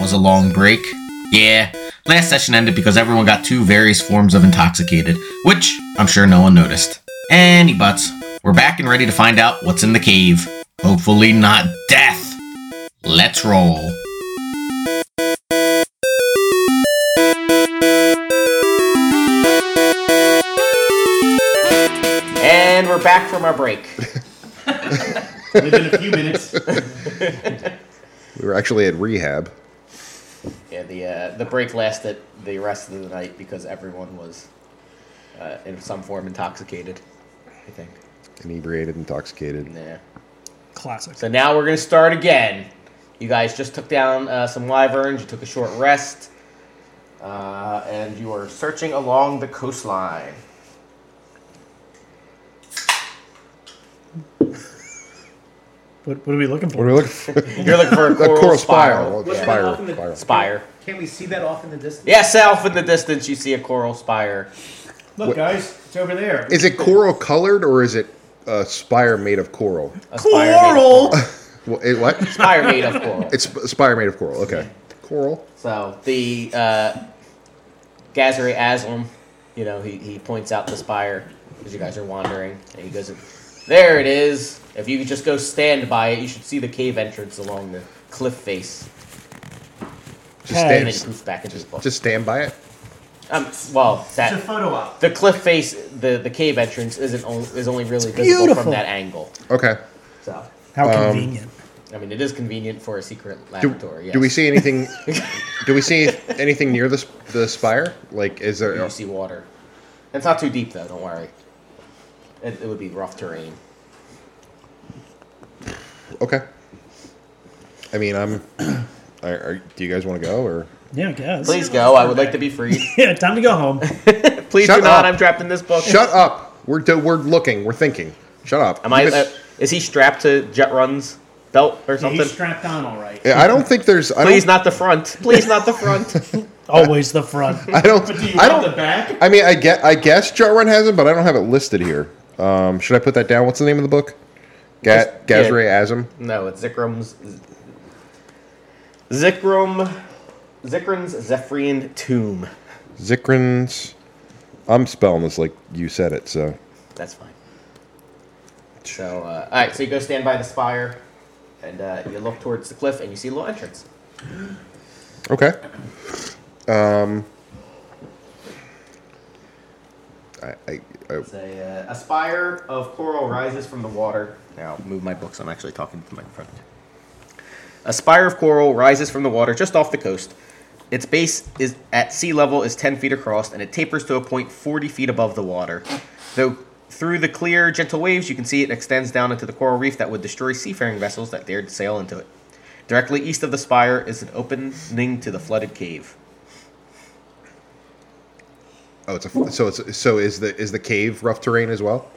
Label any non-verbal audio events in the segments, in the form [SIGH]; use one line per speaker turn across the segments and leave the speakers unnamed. was a long break. Yeah, last session ended because everyone got two various forms of intoxicated, which I'm sure no one noticed. Any buts, we're back and ready to find out what's in the cave. Hopefully, not death. Let's roll. And we're back from our break.
[LAUGHS] Within a few minutes.
We were actually at rehab.
Yeah, the uh, the break lasted the rest of the night because everyone was uh, in some form intoxicated. I think.
Inebriated, intoxicated.
Yeah.
Classic.
So now we're gonna start again. You guys just took down uh, some wyverns. You took a short rest, uh, and you are searching along the coastline.
What, what are we looking
What
for?
are we looking [LAUGHS] for?
You're looking for [LAUGHS] a
A
coral,
coral
spiral.
spiral.
What's
Yeah.
that
Spiral.
off in the-
Spiral.
Spire.
Can we see that off in the distance?
Yeah, south in the distance, you see a coral spire.
Look, guys, it's over there.
Is it coral colored or is it a spire made of coral?
A spire made of
Coral!
coral.
Wha- it- what?
Spire made of [LAUGHS] coral.
It's a spire made of coral. Okay. Coral.
So the uh, Gazari Aslam, you know, he, he points out the spire because you guys are wandering, and he goes, "There it is. If you could just go stand by it, you should see the cave entrance along the cliff face."
Just
Hey.
And then he
stand,
poof back into his book.
just stand by it.
um, well,
It's a
that
photo op.
the cliff face, the, the cave entrance isn't on, is only really visible
beautiful.
from that angle.
Okay.
So,
How
Um,
convenient.
I mean, it is convenient for a secret
Do,
laboratory. yes.
do we see
[LAUGHS]
anything? do we see anything near the sp- the spire? Like, is there?
You see water. It's not too deep though. Don't worry. It, it would be rough terrain.
Okay. I mean, I'm. [CLEARS THROAT] Are, are, do you guys want to go or?
Yeah, I guess.
Please go. I would like to be freed.
[LAUGHS] Yeah, time to go home.
Please
Shut
do
up.
not. I'm trapped in this book.
Shut up. We're do, we're looking. We're thinking. Shut up.
Am I?
You've been-
Uh, is he strapped to Jet Run's belt or
Yeah,
something?
he's strapped on all right.
Yeah, I don't think there's. I
Please
don't.
not the
[LAUGHS]
front. Please not the front.
Always the front.
[LAUGHS] I don't.
But do you
I
want
don't.
the back?
I mean, I get. I guess Jarrun has it, but I don't have it listed here. Um, should I put that down? What's the name of the book? Ga-
Just- yeah.
Gazray Azim.
no, it's Zikram's. Zikram, Zikran's Zephyrian tomb.
Zikrins. I'm spelling this like you said it, so
That's fine. So, uh, all right. So you go stand by the spire, and uh, you look towards the cliff, and you see a little entrance.
okay. Um, I, I, I
It's a, uh, a spire of coral rises from the water. Now, move my books. I'm actually talking to the microphone. A spire of coral rises from the water just off the coast. Its base is at sea level is 10 feet across, and it tapers to a point 40 feet above the water. Though through the clear, gentle waves, you can see it extends down into the coral reef that would destroy seafaring vessels that dared to sail into it. Directly east of the spire is an opening to the flooded cave.
oh, it's a so it's so is the is the cave rough terrain as well?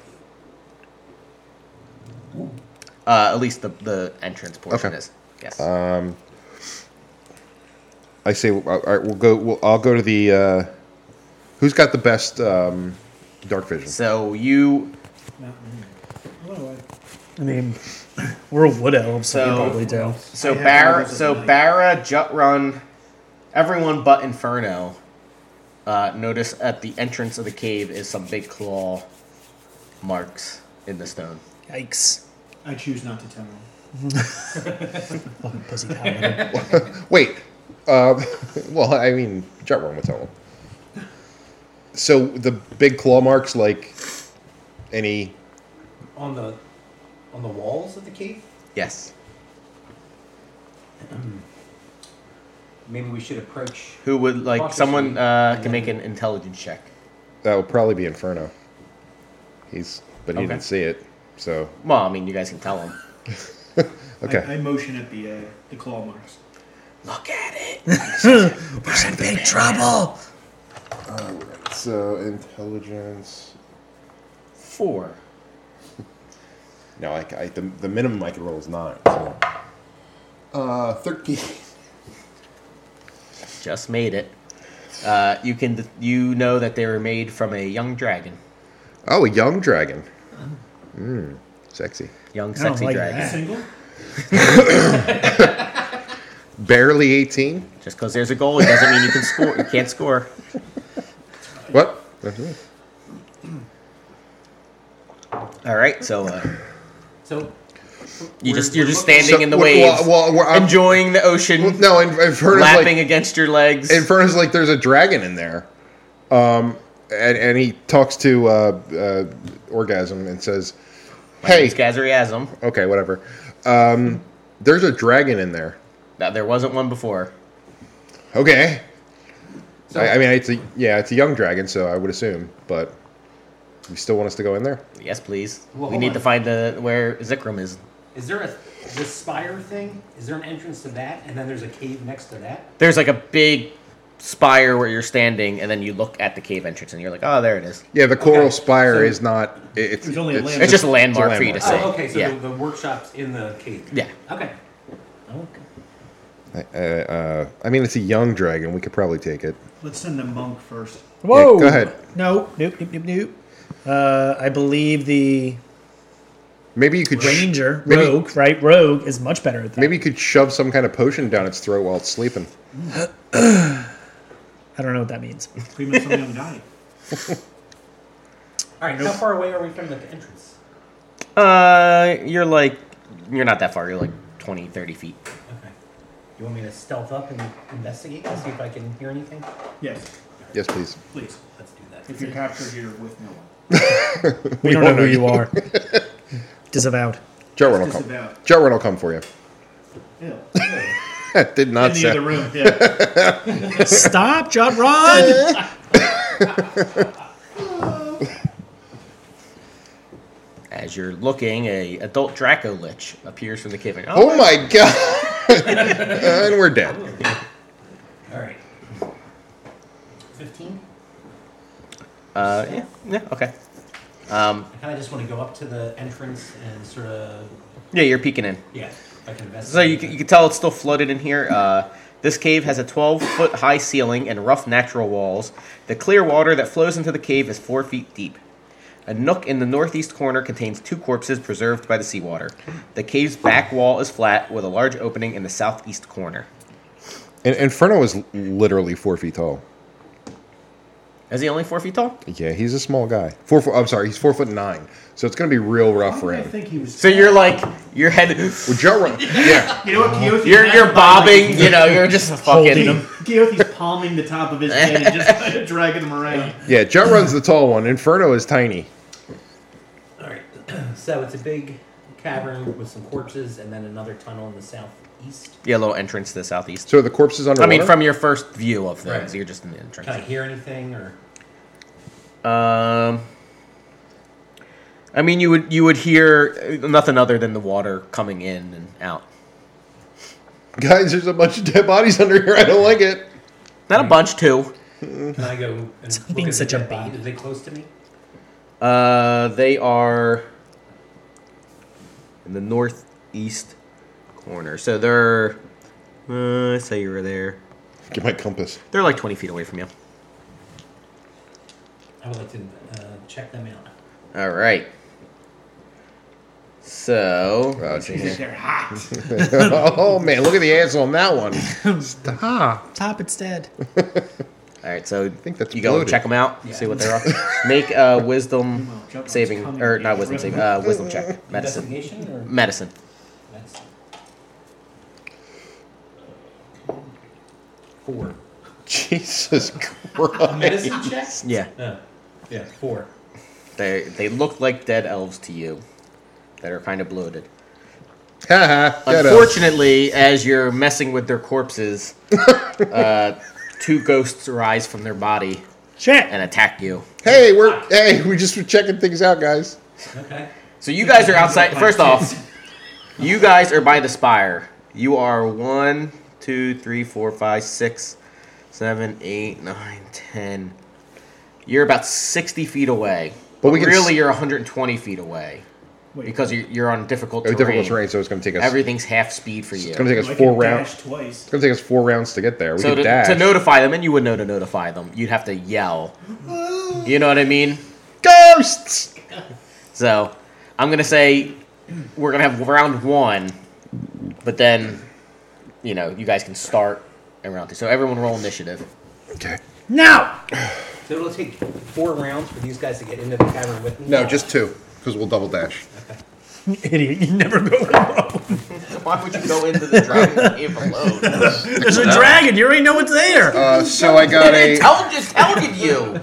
Uh, at least the, the entrance portion
Okay.
is. Yes.
I say, all right, we'll go. We'll, I'll go to the. Uh, who's got the best um, dark vision?
so you
I mean, we're wood elves, so,
So-
we probably do.
So
Yeah,
Barra,
that was
so
a-
Barra, Jutrun, everyone but Inferno. Uh, notice at the entrance of the cave is some big claw marks in the stone.
Yikes.
I choose not to tell him.
Fucking pussy
[LAUGHS]
paladin.
Wait. Uh, [LAUGHS] well, I mean, Jet Run would tell him. So the big claw marks, like any.
on the on the walls of the cave.
Yes.
Maybe we should approach.
Who would like
Cautiously.
someone uh, can make an intelligence check?
That would probably be Inferno. He's, but he
Okay.
didn't see it. So
Well, I mean, you guys can tell him.
okay.
I, I motion at the uh, the claw marks.
Look at it.
we're in big trouble.
so intelligence.
[LAUGHS] Four.
No, I, I- the, the minimum I can roll is nine. So. Uh, thirteen.
Just made it. Uh, you can you know that they were made from a young dragon,
Oh, a young dragon. Mm, sexy.
young
don't
sexy
like
dragon.
that.
Single?
Barely 18?
Just because there's a goal, it doesn't mean you can score. You can't score.
What? That's me.
All right, so uh,
So
you
We're-
just you're
we're
just
looking-
standing in the
well,
waves,
Well, well, I'm-
enjoying the ocean,
well, no, in, in front of
lapping
like,
against your legs.
in front of like there's a dragon in there, um, and, and he talks to uh, uh, orgasm and says, "Hey,
It's Gazeriasm.
okay, whatever. Um, there's a dragon in there.
Now, there wasn't one before.
Okay,
so
I, I mean it's a yeah, it's a young dragon, so I would assume, but you still want us to go in there?
Yes, please.
Well,
we
hold
need
on.
to find the where Zikram is.
is there a the spire thing? Is there an entrance to that, and then there's a cave next to that?
There's like a big spire where you're standing, and then you look at the cave entrance, and you're like, oh, there it is.
Yeah, the coral
Okay,
spire
so-
is not. It, it's,
There's only a landmark.
It's just a landmark, for you to
landmark.
see.
Oh, okay. So
yeah.
the, the workshop's in the cave.
yeah.
Okay.
Uh, uh, I mean, it's a young dragon. We could probably take it.
Let's send the monk first.
Whoa!
go ahead.
No, nope, nope, nope, nope. Uh, I believe the
Maybe you could. sh-
ranger,
maybe-
rogue, right? Rogue is much better at that.
Maybe you could shove some kind of potion down its throat while it's sleeping.
I don't know what
[LAUGHS]
that means.
Pretty much [LAUGHS] some young guy.
All right. How far away are we from the entrance?
Uh, you're like, you're not that far. You're like 20, 30 feet.
Okay. You want me to stealth up and investigate and see if I can hear anything?
Yes,
Yes, please.
please.
Let's do that.
If you're captured here with no one.
We,
We
don't know
won't
who
know [LAUGHS]
you are. Disavowed.
Jarwin will
Just
come.
about.
Jarwin will come for you. [LAUGHS]
[LAUGHS] Ew.
Did
In
not
the
say.
other room. Yeah.
Stop, John. Run.
As you're looking, a adult Draco Lich appears from the cave. Oh,
Oh my god! [LAUGHS] and we're dead.
All right. Fifteen.
Uh, yeah, yeah, okay. Um,
I kind of just want to go up to the entrance and sort of
yeah, you're peeking in.
yeah. If I can investigate.
So you can, you can tell it's still flooded in here. Uh, this cave has a 12 foot high ceiling and rough natural walls. The clear water that flows into the cave is four feet deep. A nook in the northeast corner contains two corpses preserved by the seawater. The cave's back wall is flat with a large opening in the southeast corner.
And Inferno is literally four feet tall.
Is he only four feet tall?
Yeah, he's a small guy. Four foot. I'm sorry, he's four foot nine. So it's gonna be real rough for
I
him.
think he was.
So you're like your head,
Well, Jarwin. Yeah.
You know what? Keothi
you're
had
you're
him by, like, [LAUGHS]
bobbing. You know, you're just
Holding
fucking.
him.
Keothi's palming the top of his head and just [LAUGHS] kind of dragging him around.
Yeah. Jarwin's the tall one. Inferno is tiny.
All right. so it's a big cavern with some corpses and then another tunnel in the southeast.
Yeah, a little entrance to the southeast.
So the corpse is
I
underwater.
mean, from your first view of things,
Right.
you're just in the entrance.
Can I hear anything or?
Um, I mean, you would you would hear uh, nothing other than the water coming in and out.
guys, there's a bunch of dead bodies under here. I don't like it.
Not a bunch too.
Can I go and
Stop
look
being
at the
such a
dead body?
babe.
Are they close to me?
Uh, they are in the northeast corner, so they're. Uh, I say you were there.
Get my compass. [LAUGHS]
They're like twenty feet away from you.
I would like to uh, check them out.
All right. So
Oh,
He said they're hot.
oh man, look at the ass on that one. Stop.
Top instead.
All right, so I
think that's
you go and
bloated.
check them out,
Yeah.
see what [LAUGHS] they're up. Make a wisdom
Meanwhile, Juggernaut's
saving
coming
or
to
not
you.
wisdom saving, uh, wisdom
[LAUGHS]
check, medicine,
Investigation or
medicine.
medicine?
[LAUGHS]
Four.
Jesus [LAUGHS]
A
Christ.
medicine check?
Yeah,
No. Yeah, four.
they they look like dead elves to you, that are kind of bloated.
Haha. dead elf.
Unfortunately, as you're messing with
[LAUGHS]
their corpses, uh, two ghosts rise from their body
Shit.
and attack you.
Hey, we're hey, we just were checking things out, guys.
Okay.
So you guys are outside. First off, [LAUGHS] you guys are by the spire. You are one, two, three, four, five, six, seven, eight, nine, ten. You're about sixty feet away,
But
but,
we can s-
really you're 120 feet away because you're, you're on difficult
It was
terrain.
difficult terrain, so it's gonna take us.
Everything's half speed for you.
it's gonna take
I
us
can
four rounds.
dash twice.
It's gonna take us four rounds to get there. We
so
can
to,
dash.
to notify them, and you would know to notify them. You'd have to yell. You know what I mean?
Ghosts.
So I'm gonna say we're gonna have round one, but then you know, you guys can start around two. So everyone roll initiative.
Okay.
Now!
So it'll take four rounds for these guys to get into the cavern with me.
No, just two, because we'll double dash.
Idiot, you never go alone.
Why would you go into the dragon [LAUGHS] cave alone?
There's a dragon, you already know what's there.
Uh, so I got [LAUGHS] a.
Tell just telling you.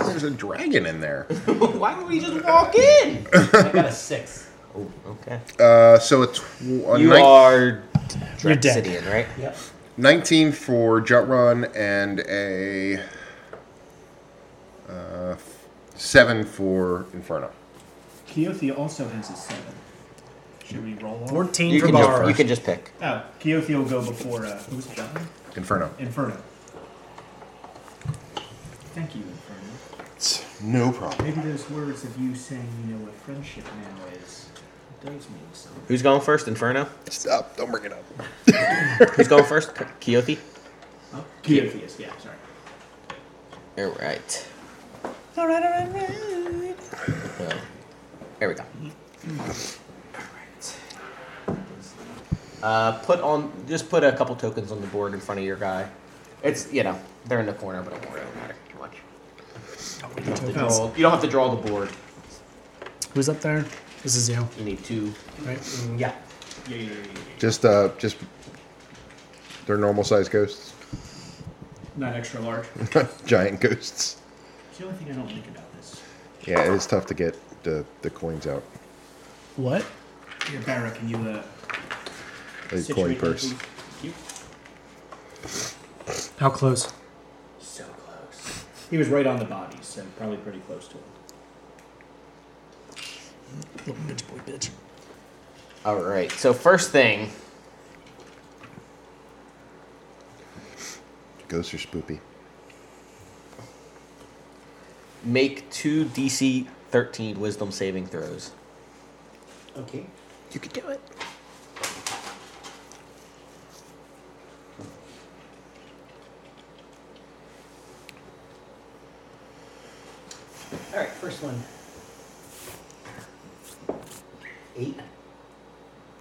[LAUGHS]
There's a dragon in there.
Why would we just walk in?
I got a six.
Oh, okay.
Uh, so a, tw- a
You
nine-
are
You're dead.
Draxidian, right?
Yep.
19 for Jut Run and a uh, 7 for Inferno.
Keothi also has a seven. Should we roll off?
14
You
for
can,
bar.
just, you can just pick.
Oh, Keothi will go before, uh, who's John?
Inferno.
Inferno. Thank you, Inferno.
No problem.
Maybe those words of you saying you know what friendship now is does mean something.
Who's going first? Inferno.
Stop. Don't bring it up.
[LAUGHS]
Who's going first? Keothi.
Oh, Keothi is, yeah, sorry.
All right.
All right, all right, all right.
Well, there we go. Uh, put on just put a couple tokens on the board in front of your guy. It's you know they're in the corner, but don't worry, it don't matter too much. You don't, have to
Tokens.
draw, you don't have to draw the board.
Who's up there? This is you,
You need two.
right?
Mm, Yeah.
Yeah, yeah, yeah, yeah.
Just, uh, just. They're normal sized ghosts,
Not extra large. It's
[LAUGHS] giant ghosts.
the only thing I don't like about this.
Yeah, it is tough to get the, the coins out.
What?
Here, Barra, can you, uh,
A coin
situate
purse.
me, please? Thank you.
How close?
So close. He was right on the body, so probably pretty close to him.
Little bitch boy bitch.
All right. So first thing,
Ghosts are spoopy.
make two DC 13 Wisdom saving throws.
Okay.
You could do it.
All right. First one. Eight.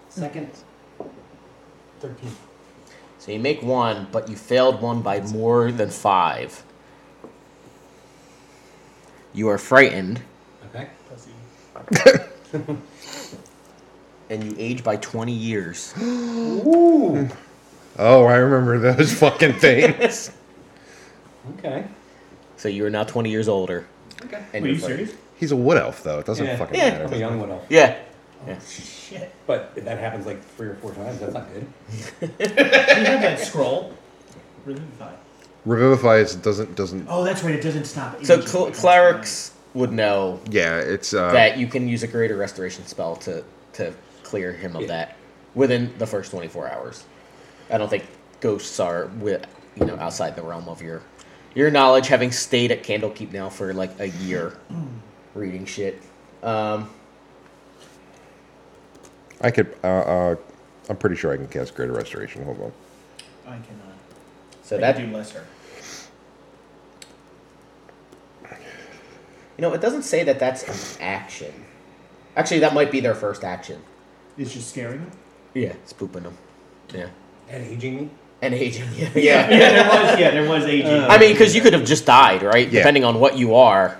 Second. Thirteen.
So you make one, but you failed one by more than five. You are frightened,
Okay.
and you age by 20 years.
Ooh.
Oh, I remember those [LAUGHS] fucking
[LAUGHS]
things.
Okay.
So you are now 20 years older.
Okay.
And
Were you
you're frightened.
serious?
He's a wood elf, though. It doesn't
Yeah.
fucking
Yeah.
I'm a
matter.
young one. off.
Yeah. yeah.
Shit.
But if that happens like three or four times, that's not good.
You have that scroll. Revivify.
Revivifies doesn't doesn't.
Oh, that's right. It doesn't stop.
So
aging.
cl- clerics would know
Yeah, it's uh,
that you can use a greater restoration spell to, to clear him of that within the first 24 hours. I don't think ghosts are wi you know outside the realm of your your knowledge having stayed at Candlekeep now for like a year reading shit. Um,
I could. Uh, uh, I'm pretty sure I can cast Greater Restoration. Hold on.
I cannot.
so
I
that
can
you
do lesser.
know it doesn't say that that's an action. Actually, that might be their first action.
It's just scaring them.
Yeah, it's pooping them. Yeah,
And aging me.
and aging. Yeah, yeah.
[LAUGHS] yeah, there was. Yeah, there was aging.
Uh, I mean, because you could have just died, right?
Yeah.
Depending on what you are.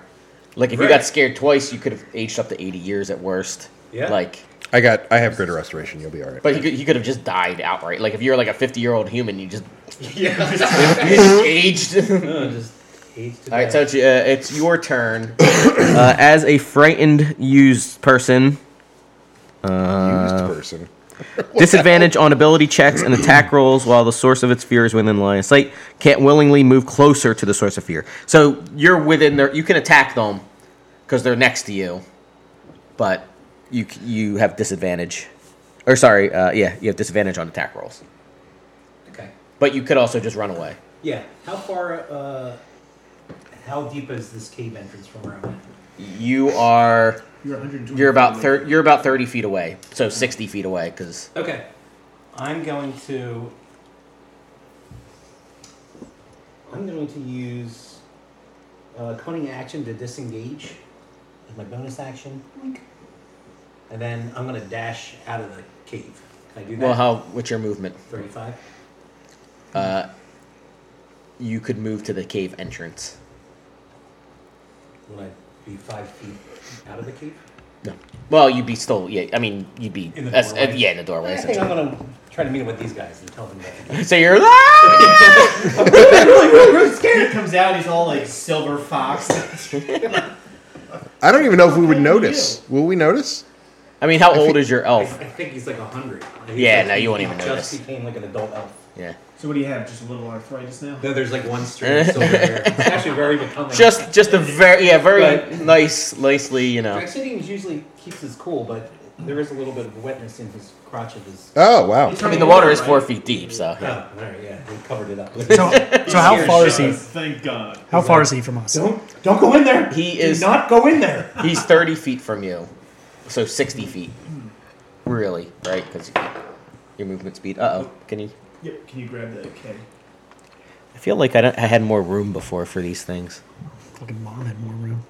Like, if you
Right.
got scared twice, you could have aged up to 80 years at worst.
Yeah.
Like,
I got. I have Greater Restoration. You'll be all right.
but you could, you could have just died outright. Like, if you're like a 50 year old human,
[LAUGHS]
you just. [LAUGHS] you just aged. [LAUGHS] All
No, just age to
right,
death.
so it's, uh, it's your turn. [COUGHS] Uh, as a frightened used person, uh,
Used person.
disadvantage on ability checks and attack rolls while the source of its fear is within line of sight. Can't willingly move closer to the source of fear. So you're within their. You can attack them because they're next to you, but you c- you have disadvantage. Or sorry, uh, yeah, you have disadvantage on attack rolls.
Okay.
But you could also just run away.
Yeah. How far? Uh, how deep is this cave entrance from where I'm at?
You are
you're 120.
you're about thir- you're about thirty feet away, so sixty feet away because
Okay. I'm going to. I'm going to use uh, cunning action to disengage as my bonus action, Boink. and then I'm going to dash out of the cave. I do that.
Well, how? What's your movement?
35.
Uh, you could move to the cave entrance.
Would I be five feet out of the cave?
No. Well, you'd be still. Yeah, I mean, you'd be.
In the
as- uh,
doorway?
yeah, in the doorway.
I think I'm
Essentially.
going to try to meet up with these guys and tell them that.
So you're. Ah!
He comes out, he's all like silver fox.
I don't even know if we would
What do you
notice. Will we notice?
I mean, how old
think-
is your
I, I
elf?
think he's like 100. He's
Oh. Yeah,
like-
no, you
he
won't even
just
notice.
became like an adult elf.
Yeah.
so what do you have? Just a little arthritis now?
Though there's like one string of
[LAUGHS]
silver hair. It's actually very becoming.
Just, just a very, yeah, very
Right.
nice, nicely, you know.
Draxidian usually keeps his cool, but there is a little bit of wetness in his crotch of his.
Oh wow!
I mean, the water is four feet deep, so.
Oh, all right, yeah, he covered it up.
So,
[LAUGHS]
so how far is he?
Thank God.
How far is he from us?
don't don't go in there.
He is-
not go in there.
He's 30 feet from you, so 60 feet. Really, right? Because your movement speed. Uh oh. Can you?
Yep. Can you grab that? Okay.
I feel like I, don't, I had more room before for these things.
Fucking mom had more room.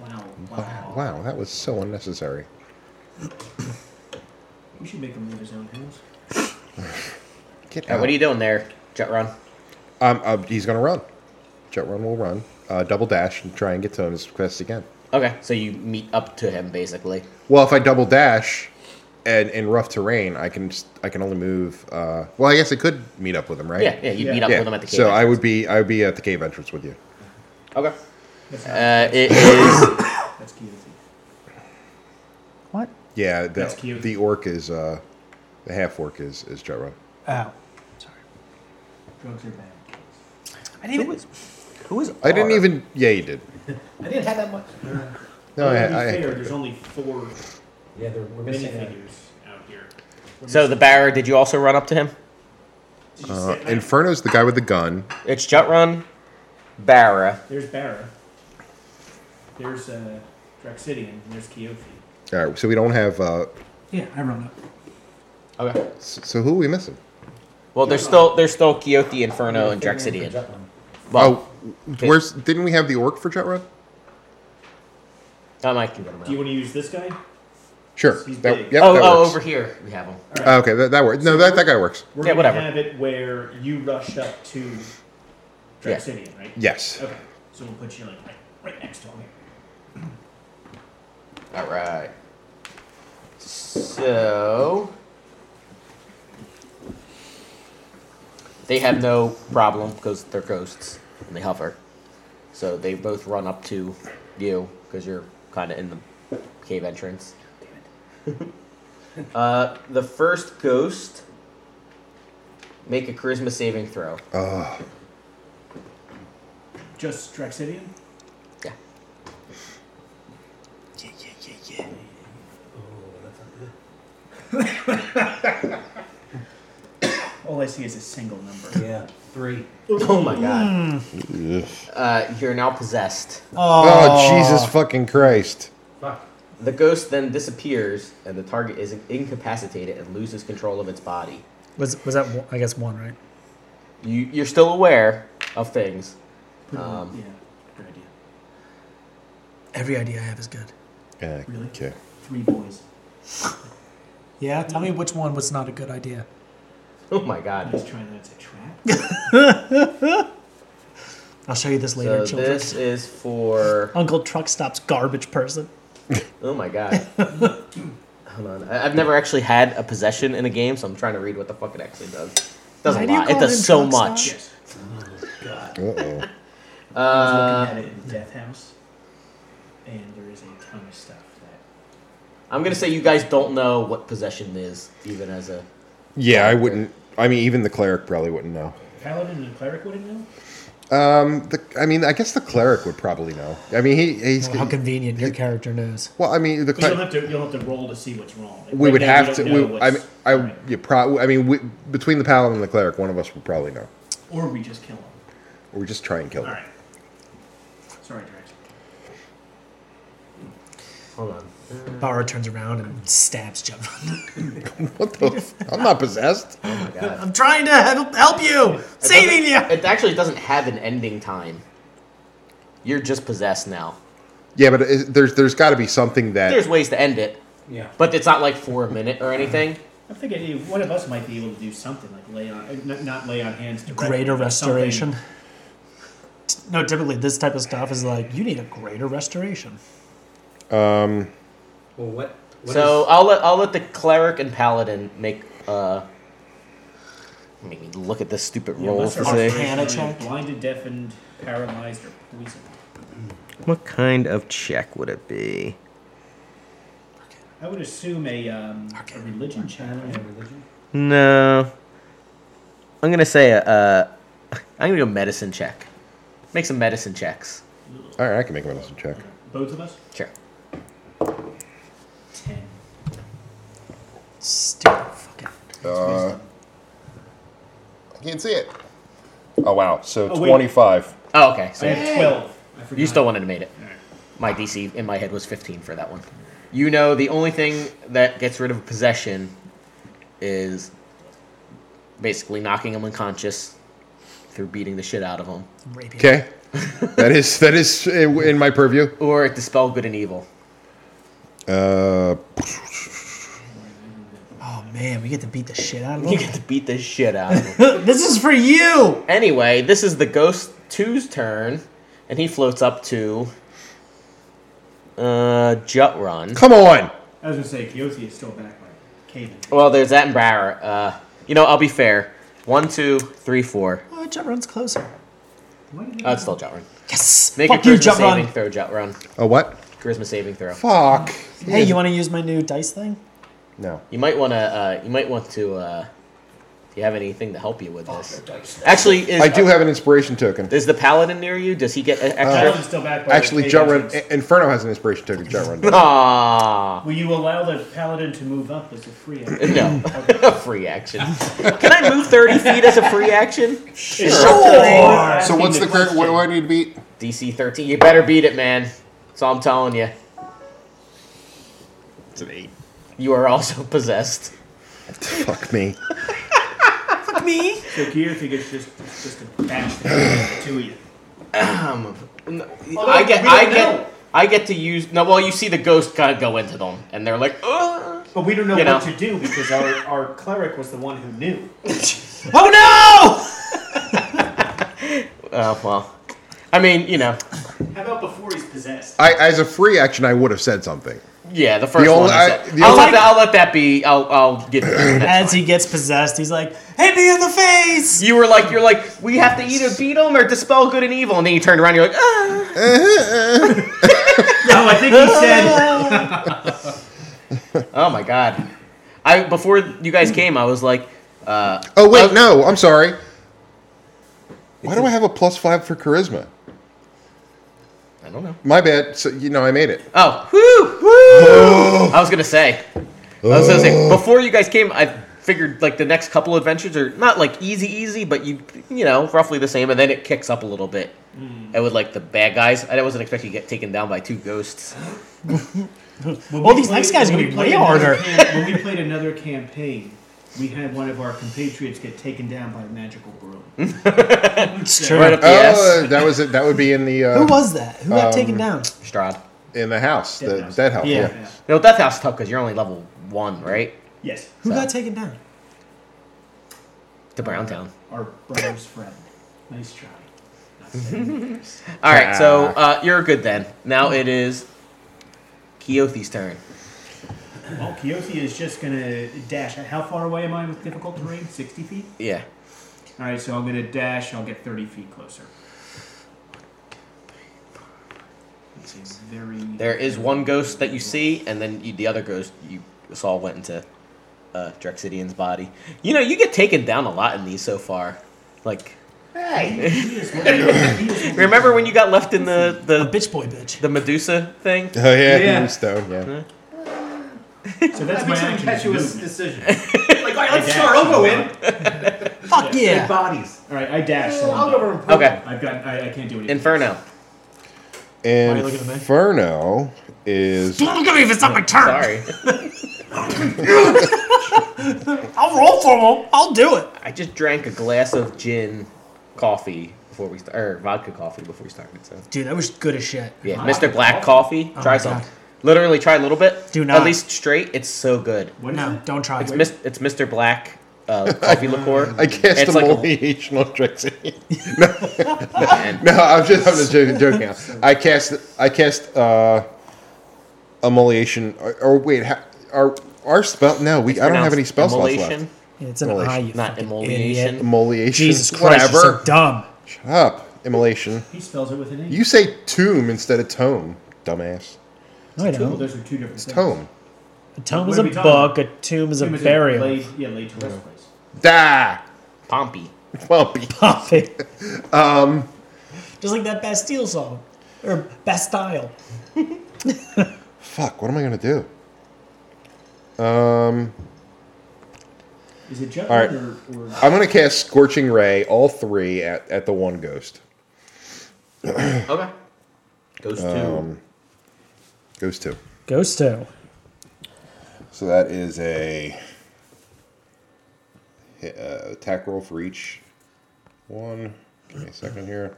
Wow. Wow.
Wow, wow, that was so unnecessary.
[CLEARS THROAT] We should make him leave his own house.
[LAUGHS] Get
All right,
out.
Uh, what are you doing there, Jetrun?
um, uh, he's gonna run. Jet run will run. Uh, double dash and try and get to him as fast as he can.
Okay, so you meet up to him basically.
Well, if I double dash, and in rough terrain, I can just, I can only move. Uh, well, I guess I could meet up with him, right?
Yeah, yeah, you
Yeah.
meet up
Yeah.
with him at the cave.
so I would be I would be at the cave entrance with you.
Okay.
That's,
Uh, it is.
that's guillotine.
What?
Yeah, the,
That's cute.
the orc is uh, the half orc is is Jet run.
Ow. Sorry.
Drugs are bad.
I didn't even.
Who is?
[COUGHS] I didn't even. Yeah, you did.
I didn't have that much.
No,
Well,
I,
to be
I,
fair, there's only four
Yeah, there, we're missing a-
minifigures out here.
So the barrier. Did you also run up to him?
Did you
uh,
say-
Inferno's the guy with the gun.
It's Jetrun, Barra.
There's Barra. There's uh, Draxidian. And there's Keofi.
All right, so we don't have. Uh,
Yeah, I run up.
Okay.
s- so who are we missing?
Well, there's still there's still Quixote, Inferno, and Drexidian.
Jetman.
Well,
oh, where's didn't we have the orc for Jet Run?
I might can get him out.
Do you want to use this guy?
Sure.
He's
That,
big.
yep,
oh,
that
oh,
works.
over here we have him.
Uh, okay, that, that works. No, that, that guy works.
We're
Yeah,
gonna
whatever.
have it where you rush up to Draxidian, right?
Yes.
Okay. So we'll put you like right, right next to him.
All right. So they have no problem because they're ghosts and they hover. So they both run up to you because you're kind of in the cave entrance. uh, the first ghost make a charisma saving throw.
Ugh.
Just Draxidian?
Yeah.
Oh, that's not good.
All I see is a single number.
Yeah, three.
Oh my god. Uh, you're now possessed.
oh Jesus fucking Christ!
Fuck.
The ghost then disappears, and the target is incapacitated and loses control of its body.
Was was that? one- I guess one, right?
You, you're still aware of things. [LAUGHS]
Put it on-
Um,
yeah. Good idea.
Every idea I have is good.
Yeah,
Really?
Eh, Okay.
Three boys.
Yeah. Tell me which one was not a good idea.
Oh my
I
god.
was trying that as a trap.
[LAUGHS]
I'll show you this later,
So
children.
this is for.
Uncle Truck Stop's garbage person.
Oh
[LAUGHS]
my god. Hold on. I, I've never actually had a possession in a game, so I'm trying to read what the fuck it actually does. It does a
Why do you
lot. It
call
does
him
so
Truck Stop?
much.
yes.
God.
Uh oh.
Uh,
I was looking at it in the Death House, and there is a ton of stuff that.
I'm gonna say you guys don't know what possession is, even as a.
Yeah, I wouldn't. I mean, even the cleric probably wouldn't know.
Paladin and Cleric wouldn't know?
Um, the, I mean, I guess the cleric would probably know. I mean, he he's.
Well, how convenient your character knows.
well, I mean, the
Because you'll
cleric.
have to you'll have to roll to see what's wrong. Like,
We
right
would
now,
have to.
don't
We,
know
I,
what's-
mean, I, you pro- I mean, we, between the paladin and the cleric, one of us would probably know.
or we just kill him.
Or we just try and kill
All
him.
right. Sorry, Drax.
Hold on.
Barra turns around and stabs [LAUGHS] Jevron.
What the?
[LAUGHS]
f- I'm not possessed.
Oh my god.
I'm trying to help, help you, saving you.
It actually doesn't have an ending time. You're just possessed now.
Yeah, but is, there's there's got to be something that.
There's ways to end it,
Yeah.
but it's not like for a minute or anything.
I'm thinking hey, one of us might be able to do something like lay on, uh, n- not lay on hands. Directly,
Greater
but something-
restoration. No, typically this type of stuff is like you need a greater restoration.
Um,
Well, what? what
so
is-
I'll let I'll let the cleric and paladin make. uh Make me look at this stupid
Yeah,
roll
unless
for
they're
thing.
Arcana
arbitrarily
check.
Blinded, deafened, paralyzed, or poisoned.
What kind of check would it be?
I would assume a, um, a religion check.
Channel and religion?
No. I'm gonna say a. Uh, I'm gonna go medicine check. Make some medicine checks.
all right, I can make a medicine check.
Both of us?
Sure.
Ten.
Stupid fucking.
Uh, I can't see it. Oh wow! So
Oh, wait.
twenty-five.
Oh, okay.
I
So
have twelve. I forgot.
you still wanted to made it. My DC in my head was 15 for that one. You know, the only thing that gets rid of possession is basically knocking him unconscious through beating the shit out of him,
Raping.
Okay, that is that is in in my purview.
or dispel good and evil.
Uh,
Oh man, we get to beat the shit
[LAUGHS]
out of
[LAUGHS]
him.
You get to beat the shit out of him.
this is for you.
anyway, this is the ghost two's turn, and he floats up to uh, Jutrun.
come on.
I was gonna say Kyosi is still back by Caven.
Well, there's that and Brower. Uh, you know, I'll be fair. One, two, three, four.
Oh, jump runs closer.
Why did
Uh, it's still Jutrun.
Yes.
Make
Fuck
a
you,
charisma
jump
saving
run.
throw, Jutrun.
A what?
Charisma saving throw.
Fuck.
Hey, you want to use my new dice thing?
No.
You might want to. Uh, you might want to. Uh, if you have anything to help you with this,
[LAUGHS] Dice.
actually, is, uh,
I do have an inspiration token.
Is the paladin near you? Does he get an
Paladin's
extra?
still back by
Actually,
Caven.
Jutrun Inferno has an inspiration token. Jutrun. does.
Ah,
Will you allow the paladin to move up as a free action?
no, [LAUGHS] a free action. Can I move thirty feet as a free action?
Sure.
So what's the crit? What do I need to beat?
DC thirteen. You better beat it, man. That's all I'm telling you.
It's an eight.
You are also [LAUGHS] possessed.
Fuck me.
Me?
So Kyosi gets just just a bash the two of you.
I get.
we don't
I
know.
get. I get to use. No, well, you see the ghost kind of go into them, and they're like, "Uh." Ugh.
But we don't know
You
what
know.
to do because our, our cleric was the one who knew.
Oh
[LAUGHS] Oh well. I mean, you know,
How about before he's possessed?
I, as a free action, I would have said something.
yeah, the first
The
one.
only-
I
I-
said.
the
I'll,
only-
let that, I'll let that be. I'll. I'll get.
no! As he gets possessed, he's like, "Hit me in the face!"
You were like, you're like, we have to either beat him or dispel good and evil, and then you turned around, and you're like, ah.
No, I think he
[LAUGHS]
said.
oh my god. I before you
Hmm.
guys came, I was like, uh,
Oh wait,
Uh,
no. I'm sorry. Why do I have a plus five for charisma?
I don't know.
My bad. So you know, I made it.
Oh, whoo, whoo. I was gonna say, I was gonna say before you guys came, I figured like the next couple adventures are not like easy, easy, but you, you know, roughly the same, and then it kicks up a little bit. I would like the bad guys. I wasn't expecting to get taken down by two ghosts.
When
Well,
we
these next
played-
guys are gonna
when we
be
played
way
another
harder.
cam- When we played another campaign, we had one of our compatriots get taken down by a magical broom.
It's
Right Um,
true.
up the ass,
Oh, that was it. That would be in the
Who
uh,
was that? Who got taken down?
Strahd.
in the house,
Dead
the
house.
dead house.
Yeah.
Yeah.
Yeah.
No, Death House is tough because you're only level one, right?
Yes,
Who got taken down?
To Brown Town.
our brother's friend. Nice try. Not saying yes.
All right, so uh, you're good then. Now it is Keothi's turn.
well, Kyosi is just gonna dash. How far away am I with difficult terrain? Sixty feet.
Yeah.
All right, so I'm gonna dash. I'll get thirty feet closer. It's a very
There is one ghost that you see, and then you, the other ghost you saw went into uh, Drexidian's body. You know, you get taken down a lot in these so far. Like,
Hey, he is what he- he is what we-
remember when you got left in the
A
the,
bitch boy, bitch.
the Medusa thing?
Oh yeah,
Yeah.
yeah. stone. Yeah.
So that's my action.
impetuous
movement.
[LAUGHS]
decision. like, all right, let's
dash.
start. I'll go in.
Fuck
Big
yeah!
bodies.
All right, I dash. so
I'll
I'm
go
done.
over and poke.
Okay,
I've got. I, I can't do anything.
Inferno.
And
you looking at me?
Inferno is
Look at me if it's not my turn.
Sorry,
I'll roll for him. I'll do it.
I just drank a glass of gin, coffee before we st- or vodka coffee before we started. So
Dude, I was good as shit.
yeah,
Vodka
Mr. Black
coffee?
Coffee,
Oh
try
my
some.
God.
Literally try a little bit.
Do not.
At least straight. It's so good.
What is
No,
it?
don't try.
It's, mis- it's Mr. Black uh, coffee liqueur.
I cast
It's
a
like a-
mulliation on Trixie.
[LAUGHS]
[LAUGHS]
Man.
No, I'm just I'm just joking, joking now. I cast I cast uh, emoliation or, or wait, ha, our our spell no, we I don't have any spell slots left.
Immolation,
It's an
Immolation.
eye, you
Not
fucking
immolation.
idiot.
Emoliation.
Jesus Christ, you're so
whatever.
dumb.
Shut up. Immolation.
He spells it with an E.
You say tomb instead of tome, dumbass.
No, I
Well,
don't.
those are two different things.
Tome.
A tomb
What
is
are
a
we talking about?
book. A tomb is a
Tomb is
burial. [LAUGHS]
laid- yeah, laid to rest place.
Da.
Pompey.
Bumpy.
Coffee. um,
[LAUGHS]
just like that Bastille song or Bastille.
Fuck. What am I gonna do? Um,
Is it Jet
All right.
or, or
I'm gonna cast scorching ray, all three at, at the one ghost.
Okay. Goes to.
Um, Goes two.
Goes to.
So that is a hi- uh, attack roll for each one. Give me a second here.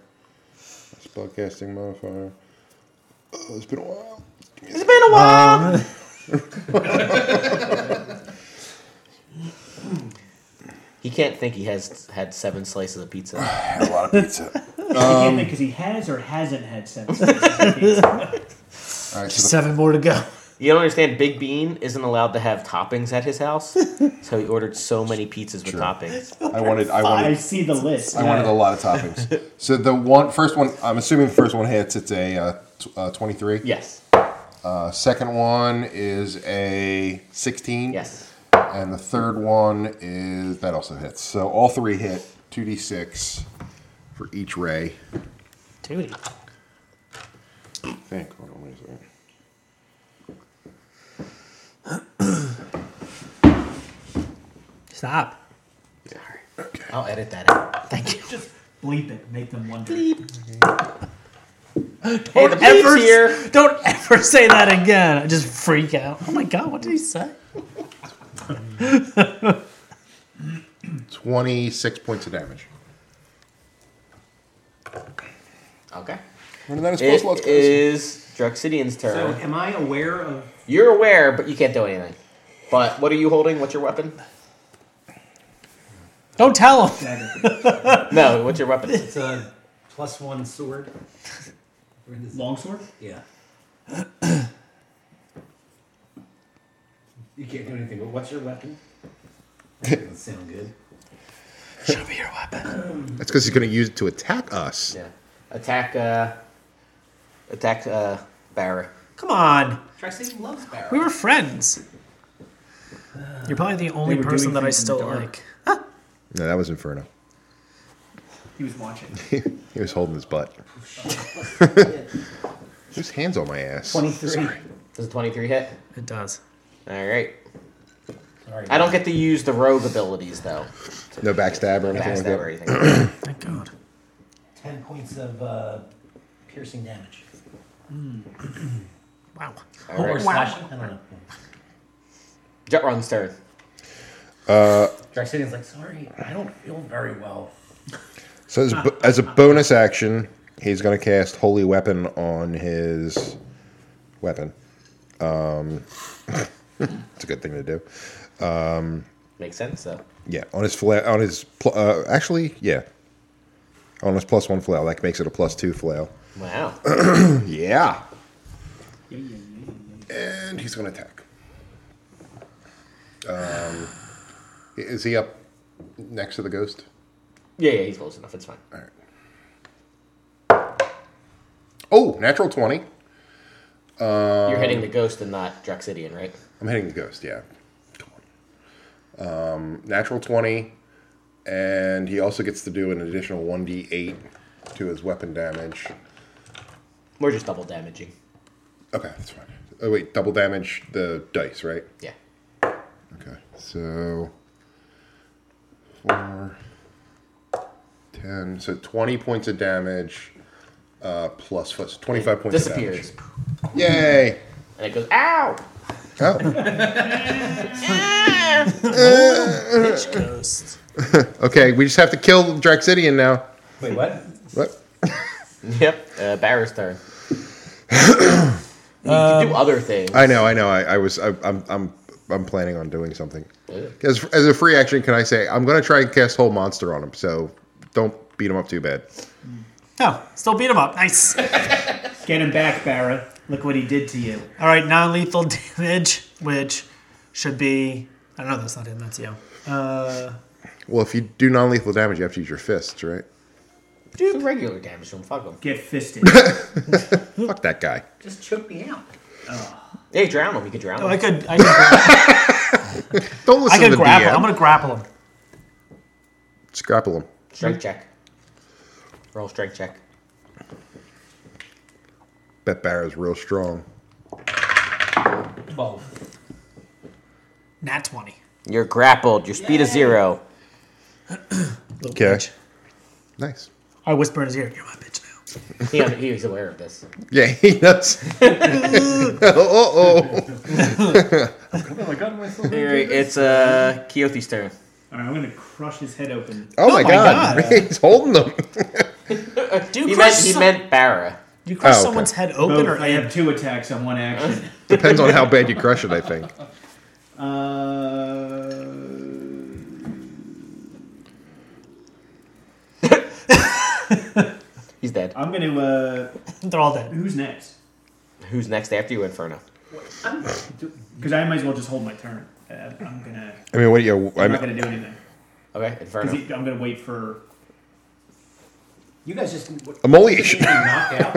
Spellcasting modifier. Oh, it's been a while.
It's been a while. he can't think he has had seven slices of
[LAUGHS]
pizza.
I had a lot of pizza.
because he has or hasn't had
[LAUGHS]
sex? That's
All right, so the,
Seven more to go.
You don't understand. Big Bean isn't allowed to have toppings at
[LAUGHS]
his house, so he ordered so many pizzas with toppings.
I wanted. I
I
wanted.
see the list.
I wanted a lot of toppings. So the one first one, I'm assuming the first one hits. It's a uh, t- uh, 23.
Yes.
Uh, second one is a 16.
Yes.
And the third one is that also hits. So all three hit 2d6 for each ray.
Duty.
I think. Hold on, wait a second.
Stop.
I'll edit that out.
Thank you.
Just bleep it. Make them wonder.
Hey, the
ever,
beep's here.
Don't [LAUGHS] ever say that again. I just freak out. Oh my god, what did he say?
26 points of damage.
Okay.
Remember that is
It
close lots goes.
is Druxidian's
So,
turn.
am I aware of?
You're aware, but you can't do anything. But what are you holding? What's your weapon?
Don't tell him.
Dagger.
No, what's
[LAUGHS]
your weapon?
It's a plus one sword. Or is it-
Longsword?
yeah. You can't do anything. But what's your weapon? That doesn't sound good.
Should be your weapon.
That's because he's going to use it to attack us.
Yeah. Attack. Uh, attack. Uh, Barra.
Come on.
Trixie loves
We
barrel.
were friends. You're probably the only
were
person
doing
that I
things in the
still
dark.
like.
No, that was Inferno.
He was watching.
He was holding his
[LAUGHS]
butt. There's hands on my ass.
Twenty-three.
Does a 23 hit?
It does.
All right.
Sorry,
I don't get to use the rogue abilities though.
No backstab or anything like
Backstab
that.
or anything.
Thank God.
Ten points of uh, piercing damage.
[LAUGHS] Wow.
[CLEARS THROAT] All
Or
right.
slashing. I don't know.
Jet run's turn.
Draxidion's like, sorry, I don't feel very well.
So as, bo- as a bonus action, he's going to cast Holy Weapon on his weapon. Um, [LAUGHS] it's a good thing to do.
Makes sense though.
Yeah, on his flail, on his pl- uh, actually, yeah, on his plus one flail. That makes it a plus two flail.
[CLEARS THROAT] Wow.
Yeah. And he's going to attack. Um, is he up next to the ghost?
Yeah, yeah, he's close enough. It's fine.
All right. Oh, natural twenty.
You're hitting the ghost and not Draxidian, right?
I'm hitting the ghost, yeah. Come on. Um, natural 20, and he also gets to do an additional 1d8 to his weapon damage.
We're just double damaging.
Okay, that's fine. Oh, wait, double damage the dice, right?
Yeah.
Okay, so 4, 10, so 20 points of damage, uh, plus, plus 25 points
Disappears.
of damage. Yay!
And it goes, ow! [LAUGHS]
Oh,
Bitch ghost.
okay, we just have to kill Draxidian now.
Wait, what?
What?
[CLEARS THROAT] Yep. Uh, Barra's turn. You can do other things.
I know, I know. I, I was, I, I'm, I'm, I'm planning on doing something. As, as a free action, can I say I'm going to try and cast whole monster on him? So don't beat him up too bad.
No, still beat him up. Nice.
[LAUGHS] Get him back, Barra. Look what he did to you.
All right, non-lethal [LAUGHS] damage, which should be. I don't know. That's not him. That's you.
Well, if you do non-lethal damage, you have to use your fists, right?
Do regular damage to him. Fuck him.
Get [LAUGHS] fisted.
Fuck that guy.
Just choke me out.
Hey, drown him. You could drown
Oh, I
him.
could. [LAUGHS] I could,
Don't listen
I
to
could
the
grapple.
DM.
I'm gonna grapple him.
Scrapple him.
Strike check. Roll strike check.
Bet Barra's real strong.
Twelve.
Nat twenty.
You're grappled. Your speed is zero.
Little
Okay.
bitch.
Nice.
I whisper in his ear. You're my bitch now.
He, he's aware of this.
Yeah, [LAUGHS] he does. oh, oh.
oh, I got myself. All
It's uh, Keothi's turn.
right, I'm gonna crush his head open.
Oh my,
my
god. [LAUGHS]
God.
He's holding them.
Do you
He
crush,
meant he
some-
meant Barra.
do you crush
Oh, okay.
someone's head open
Both,
or
I
in?
have two attacks on one action.
Depends on how bad you crush it, I think.
Uh,
He's dead.
I'm gonna. Uh,
They're all dead.
who's next?
Who's next after you, Inferno?
I'm,
Because I might as well just hold my turn. Uh, I'm gonna.
I mean, what do you? I
I'm not
mean,
gonna do anything.
Okay,
'Cause
Inferno.
he- I'm gonna wait for.
you guys just what,
[LAUGHS]
Emoliation.
knock out. [LAUGHS]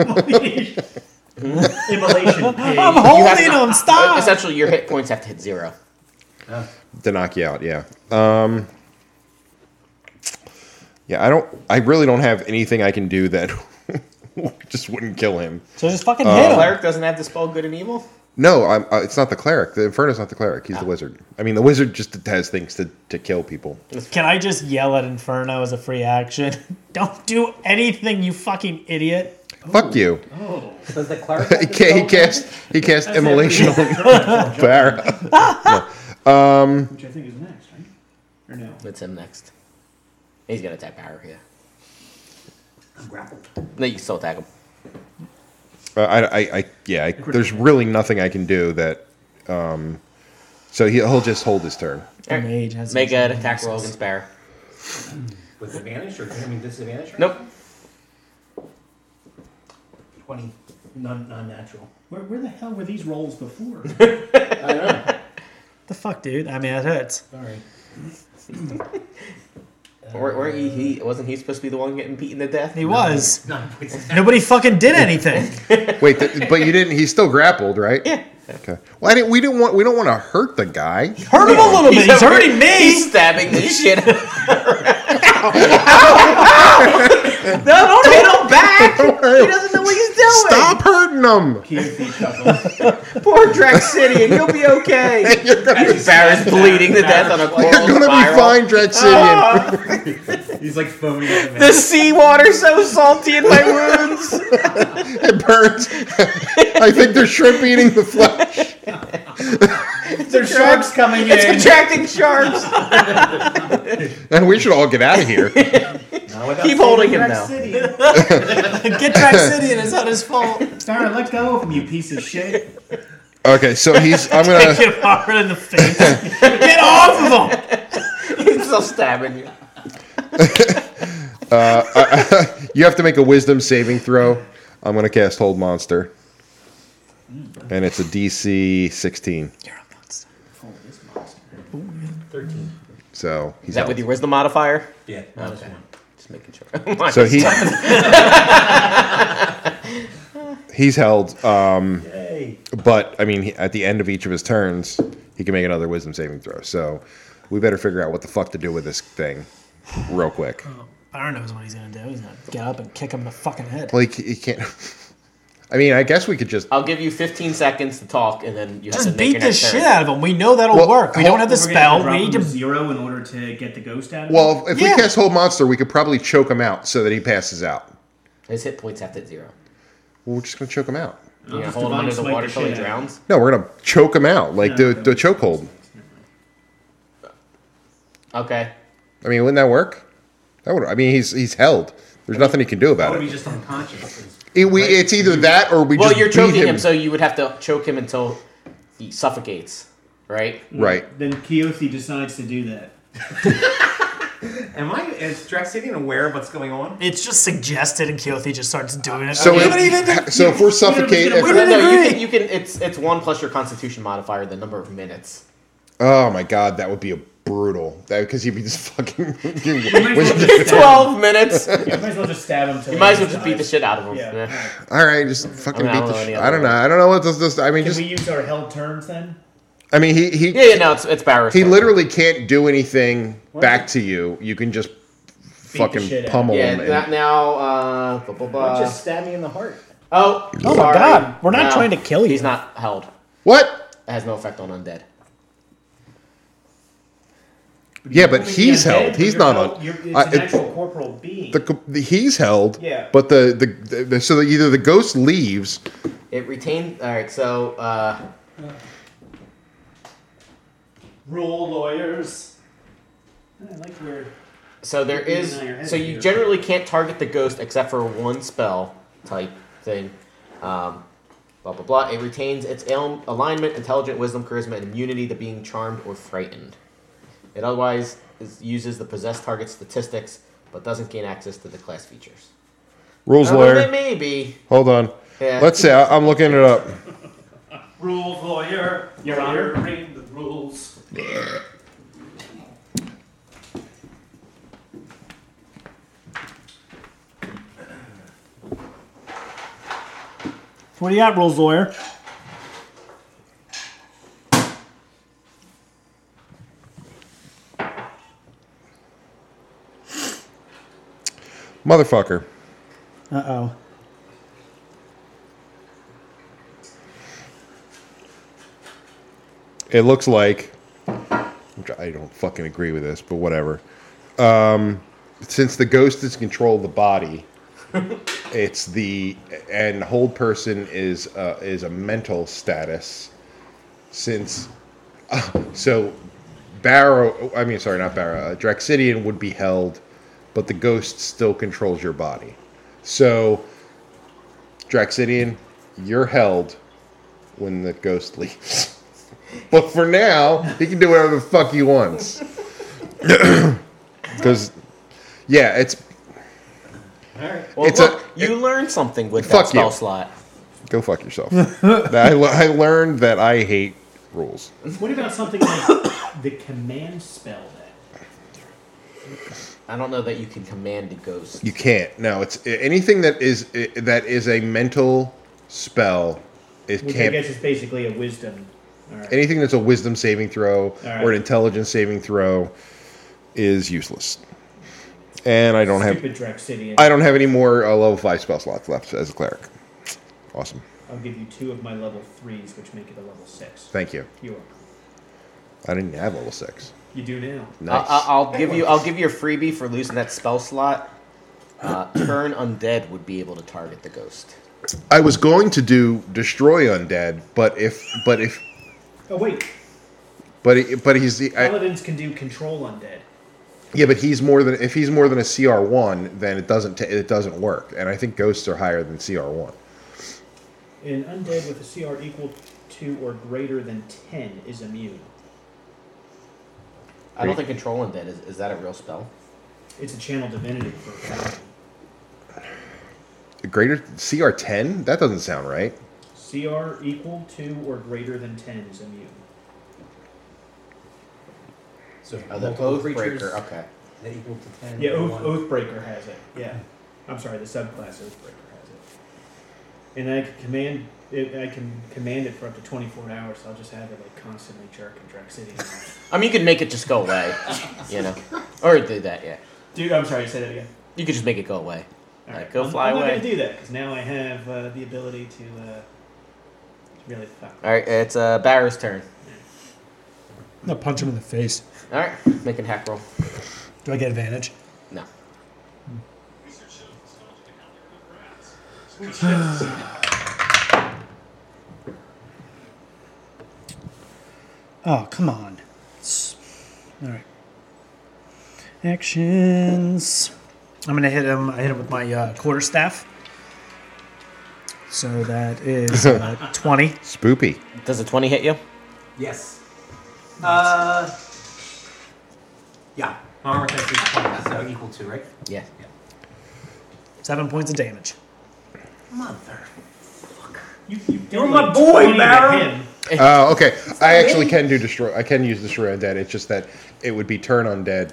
Immolation.
I'm
pig.
You have
holding
to-
him. Stop.
Essentially, your hit points have to hit zero.
[LAUGHS] to knock you out. Yeah. Um, yeah, I don't. I really don't have anything I can do that [LAUGHS] just wouldn't kill him.
So just fucking hit
Oh.
him.
Cleric doesn't have to spell good and evil.
No, I'm, uh, it's not the cleric. The inferno's not the cleric. He's the wizard. I mean, the wizard just has things to, to kill people.
Can I just yell at Inferno as a free action? [LAUGHS] Don't do anything, you fucking idiot.
Fuck you.
Oh.
Does the cleric?
[LAUGHS] He,
have to
ca- he
spell
cast he cast
[LAUGHS]
immolation on Barra.
Which I think is next, right? Or no?
That's him next. He's gonna attack Barra. Yeah.
something? I'm grappled.
No, you can still attack him.
Uh, I, I, I yeah. I, there's really nothing I can do that. Um, so he, he'll just hold his turn.
The mage has
Make an attack roll against Barra.
With advantage or I mean disadvantage? Right?
Nope.
Twenty. Non non natural.
Where, where the hell were these rolls before?
[LAUGHS]
I don't [LAUGHS] know.
The fuck, dude? I mean, that hurts.
Sorry.
Or, or he, he wasn't he supposed to be the one getting beaten to death?
He was.
Nine points. of
Nobody fucking [LAUGHS] did anything.
Wait, th- but you didn't. He's still grappled, right?
Yeah.
Okay. Well, I didn't, we didn't want we don't want to hurt the
[LAUGHS]
guy.
Hurt him a little bit. He's
over-
hurting [LAUGHS]
He's
me.
stabbing the shit. out of-
No, don't hit him back.
[LAUGHS] he doesn't know what he's doing.
Stop hurting him.
Keothy chuckles.
Poor Drex City, and you'll be
[LAUGHS]
okay. Barra's bleeding to death on a coral
You're gonna
spiral.
be fine,
Ah.
Drexidian.
He's like
[LAUGHS]
foaming at the
The
mouth.
seawater's so salty in my
[LAUGHS]
wounds.
It burns. [LAUGHS] I think they're shrimp eating the flesh.
There's sharks coming
It's
in.
attracting sharks.
And we should all get out of
[LAUGHS]
here.
Not without
Keep holding him
saving
now.
Rex City.
Get [LAUGHS] Draxidian. It's not his [LAUGHS] fault.
Sarah, let go of him, you piece
[LAUGHS]
of shit.
Okay, so he's. I'm
Kick
gonna.
him hard in the face. Get off of him.
[LAUGHS] He's still stabbing you.
You have to make a wisdom saving throw. I'm gonna cast hold monster. And it's a DC 16.
You're a monster.
Oh, this monster.
Thirteen.
So he's
Is that
out.
with your wisdom modifier?
Yeah. Minus one.
Just making sure.
So
[LAUGHS]
he. he's held. Um,
Yay.
But I mean, he- at the end of each of his turns, he can make another wisdom saving throw. So we better figure out what the fuck to do with this thing, real quick.
Baron knows what he's gonna do. He's gonna get up and kick him in the fucking head.
Like he can't. [LAUGHS] I mean, I guess we could just.
I'll give you 15 seconds to talk, and then you have to
Just
make
beat
your
the
next turn.
shit out of him. We know that'll
Well,
work. We
hold-
don't have the
We're gonna
spell.
have to drop
We need
him
to
zero in order to get the ghost out of him?
Well, if
Yeah.
we cast hold monster, we could probably choke him out so that he passes out.
His hit points have to hit zero.
Well, we're just gonna choke him out.
You gonna
just
hold him
divine
under the
smite
water
the
till he
shit out of him.
drowns?
No, we're gonna choke him out, like
No,
the the choke hold.
Okay.
I mean, wouldn't that work? That would. I mean, he's he's held. There's nothing he can do
That
about
would be
it.
just unconscious.
It, we, It's either that or we
Well,
just
you're
beat
choking him.
him.
so you would have to choke him until he suffocates, right?
right.
Then Kiyoshi decides to do
[LAUGHS]
that.
Am I? Is Draxidian aware of what's going on?
It's just suggested, and Keothi just starts doing it.
So,
Okay.
if- so if we're suffocated,
gonna
if
win
we're-
it.
no, you
agree.
can. You can. It's it's one plus your Constitution modifier, the number of
[LAUGHS]
minutes.
oh my god, that would be a brutal. That because you'd be just [LAUGHS] fucking. you- with-
Twelve minutes.
You might as well just stab him. till
You
he
might as well
dies.
just beat the shit out of him.
Yeah.
Yeah.
all right, just fucking
I
beat
don't know
the.
any
Sh-
other
I don't
way.
know. I don't know what this. this I mean,
Can
just.
we use our held terms then?
I mean, he he
Yeah, yeah, no, it's it's Barris.
he literally can't do anything back to you. You can just
the shit
fucking
out.
pummel
Yeah,
him. and-
that now. Uh, blah, blah, blah.
Just stab me in the heart.
oh,
Oh my
sorry.
God, we're not trying to kill you.
He's not held.
what?
It has no effect on undead.
Yeah, but he's
Yeah, dead,
held.
but
He's
you're
not
held-
on.
You're, it's
I-
an
it-
actual corporal being.
the, co- the he's held.
Yeah.
But the the, the so that either the ghost leaves.
It retained. All right, so uh,
Rule lawyers. I like where.
so there
Keeping
is.
an eye on your head
So you
here.
generally can't target the ghost except for one spell type thing. Um, blah blah blah. It retains its ail- alignment, intelligent, wisdom, charisma, and immunity to being charmed or frightened. It otherwise is, uses the possessed target statistics, but doesn't gain access to the class features.
Rules
Although
lawyer.
It may be.
Hold on.
Yeah.
Let's see. I, I'm looking it up.
Rule lawyer. Your Honor. Read the rules.
what do you got, rules lawyer?
Motherfucker.
Uh oh.
It looks like. Which I don't fucking agree with this, but whatever. Um, since the ghost is in control of the body, it's the and hold person is uh, is a mental status. Since [LAUGHS] so Barrow, I mean, sorry, not Barrow. Uh, Draxidian would be held, but the ghost still controls your body. So, Draxidian, you're held when the ghost [LAUGHS] leaves. but for now, he can do whatever the fuck he wants. Because, yeah, it's
Well,
It's
look,
a-
you learned something with
Fuck
that spell
you.
slot.
go fuck yourself. I, le- I learned that I hate rules.
What about something [COUGHS] like the command spell then?
I don't know that you can command a ghost.
You can't. No, it's anything that is that is a mental spell. It
Which I
can't
guess is basically a wisdom. All right.
anything that's a wisdom saving throw or an
right.
intelligence saving throw is useless. And I don't have
Stupid Draxidian.
I don't have any more uh, level five spell slots left as a cleric. Awesome.
I'll give you two of my level threes, which make it a level six.
Thank you.
You are.
I didn't have level six.
You do now.
Nice.
I, I, will give you. I'll give you a freebie for losing that spell slot. Uh, [CLEARS THROAT] turn undead would be able to target the ghost.
I was going to do destroy undead, but if but if
Oh wait,
but he, but he's the I,
paladins can do control undead.
yeah, but he's more than if he's more than a CR one, then it doesn't ta it doesn't work. And I think ghosts are higher than CR one.
An undead with a CR equal to or greater than ten is immune.
I don't think control undead is. Is that a real spell?
It's a channel divinity for a paladin.
Greater CR ten? That doesn't sound right.
CR equal to or greater than ten is immune.
So
Oh, the
multiple
oath
creatures
breaker. Okay.
that equal to ten.
Yeah,
or
Oath,
one.
Oathbreaker has it. Yeah, I'm sorry, the subclass Oathbreaker has it. And I can command it. I can command it for up to 24 hours. I'll just have it like constantly jerk and drag city.
I mean, you could make it just go away. you know, or do that. Yeah,
Dude, I'm sorry. Say that again.
you could just make it go away.
All
Like, go
I'm,
fly
I'm
away.
not gonna do that because now I have uh, the ability to uh, really fuck.
All right, it's uh, Barrow's turn.
No, punch him in the face.
All right, make a hack roll.
Do I get advantage?
No.
Oh, come on. It's- All right. Actions. I'm gonna hit him. I hit him with my uh, quarterstaff. So
[LAUGHS]
that is uh, 20.
Spoopy.
Does a 20 hit you?
Yes.
Uh,
Yeah.
armor class is 20.
So equal to, right?
Yeah.
Seven points of damage.
Mother.
You, you
You're my boy, Barrow.
[LAUGHS] Oh, okay. I actually can do destroy. I can use destroy undead. It's just that it would be turn undead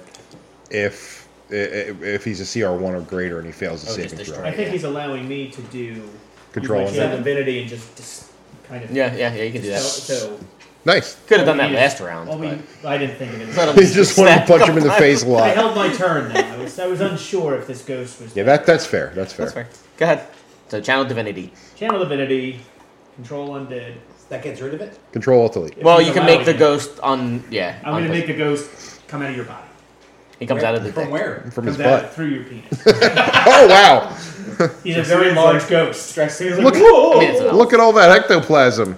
if i- i- if he's a CR one or greater and he fails the
Oh, just
saving
destroy.
throw.
I think he's allowing me to do
Control
use my
and-
seven divinity and just, just kind of
Yeah, yeah, yeah, you can do that.
So,
Nice. [LAUGHS]
Could have done that
Yeah.
last round.
well, we,
But
I didn't think of it.
Let
[LAUGHS]
He just wanted to punch him in the face a
[LAUGHS]
I
lot.
held my turn. Though. I was I was unsure if this ghost was.
Yeah, that that's fair. That's fair.
That's fair. Go ahead. So, Channel Divinity.
Channel divinity, control undead.
So that gets rid of it?
Control alt delete.
Well,
he's
you can
allowing
make the
it.
ghost on. Yeah.
I'm
on
gonna
the-
make the ghost come out of your body.
He comes out of the
From
deck.
where?
From
Comes
his
out
butt.
through
[LAUGHS]
your penis.
Oh wow!
He's a very large ghost. Stress. He's like,
Look-
whoa.
I mean, it's an
Look at all that ectoplasm.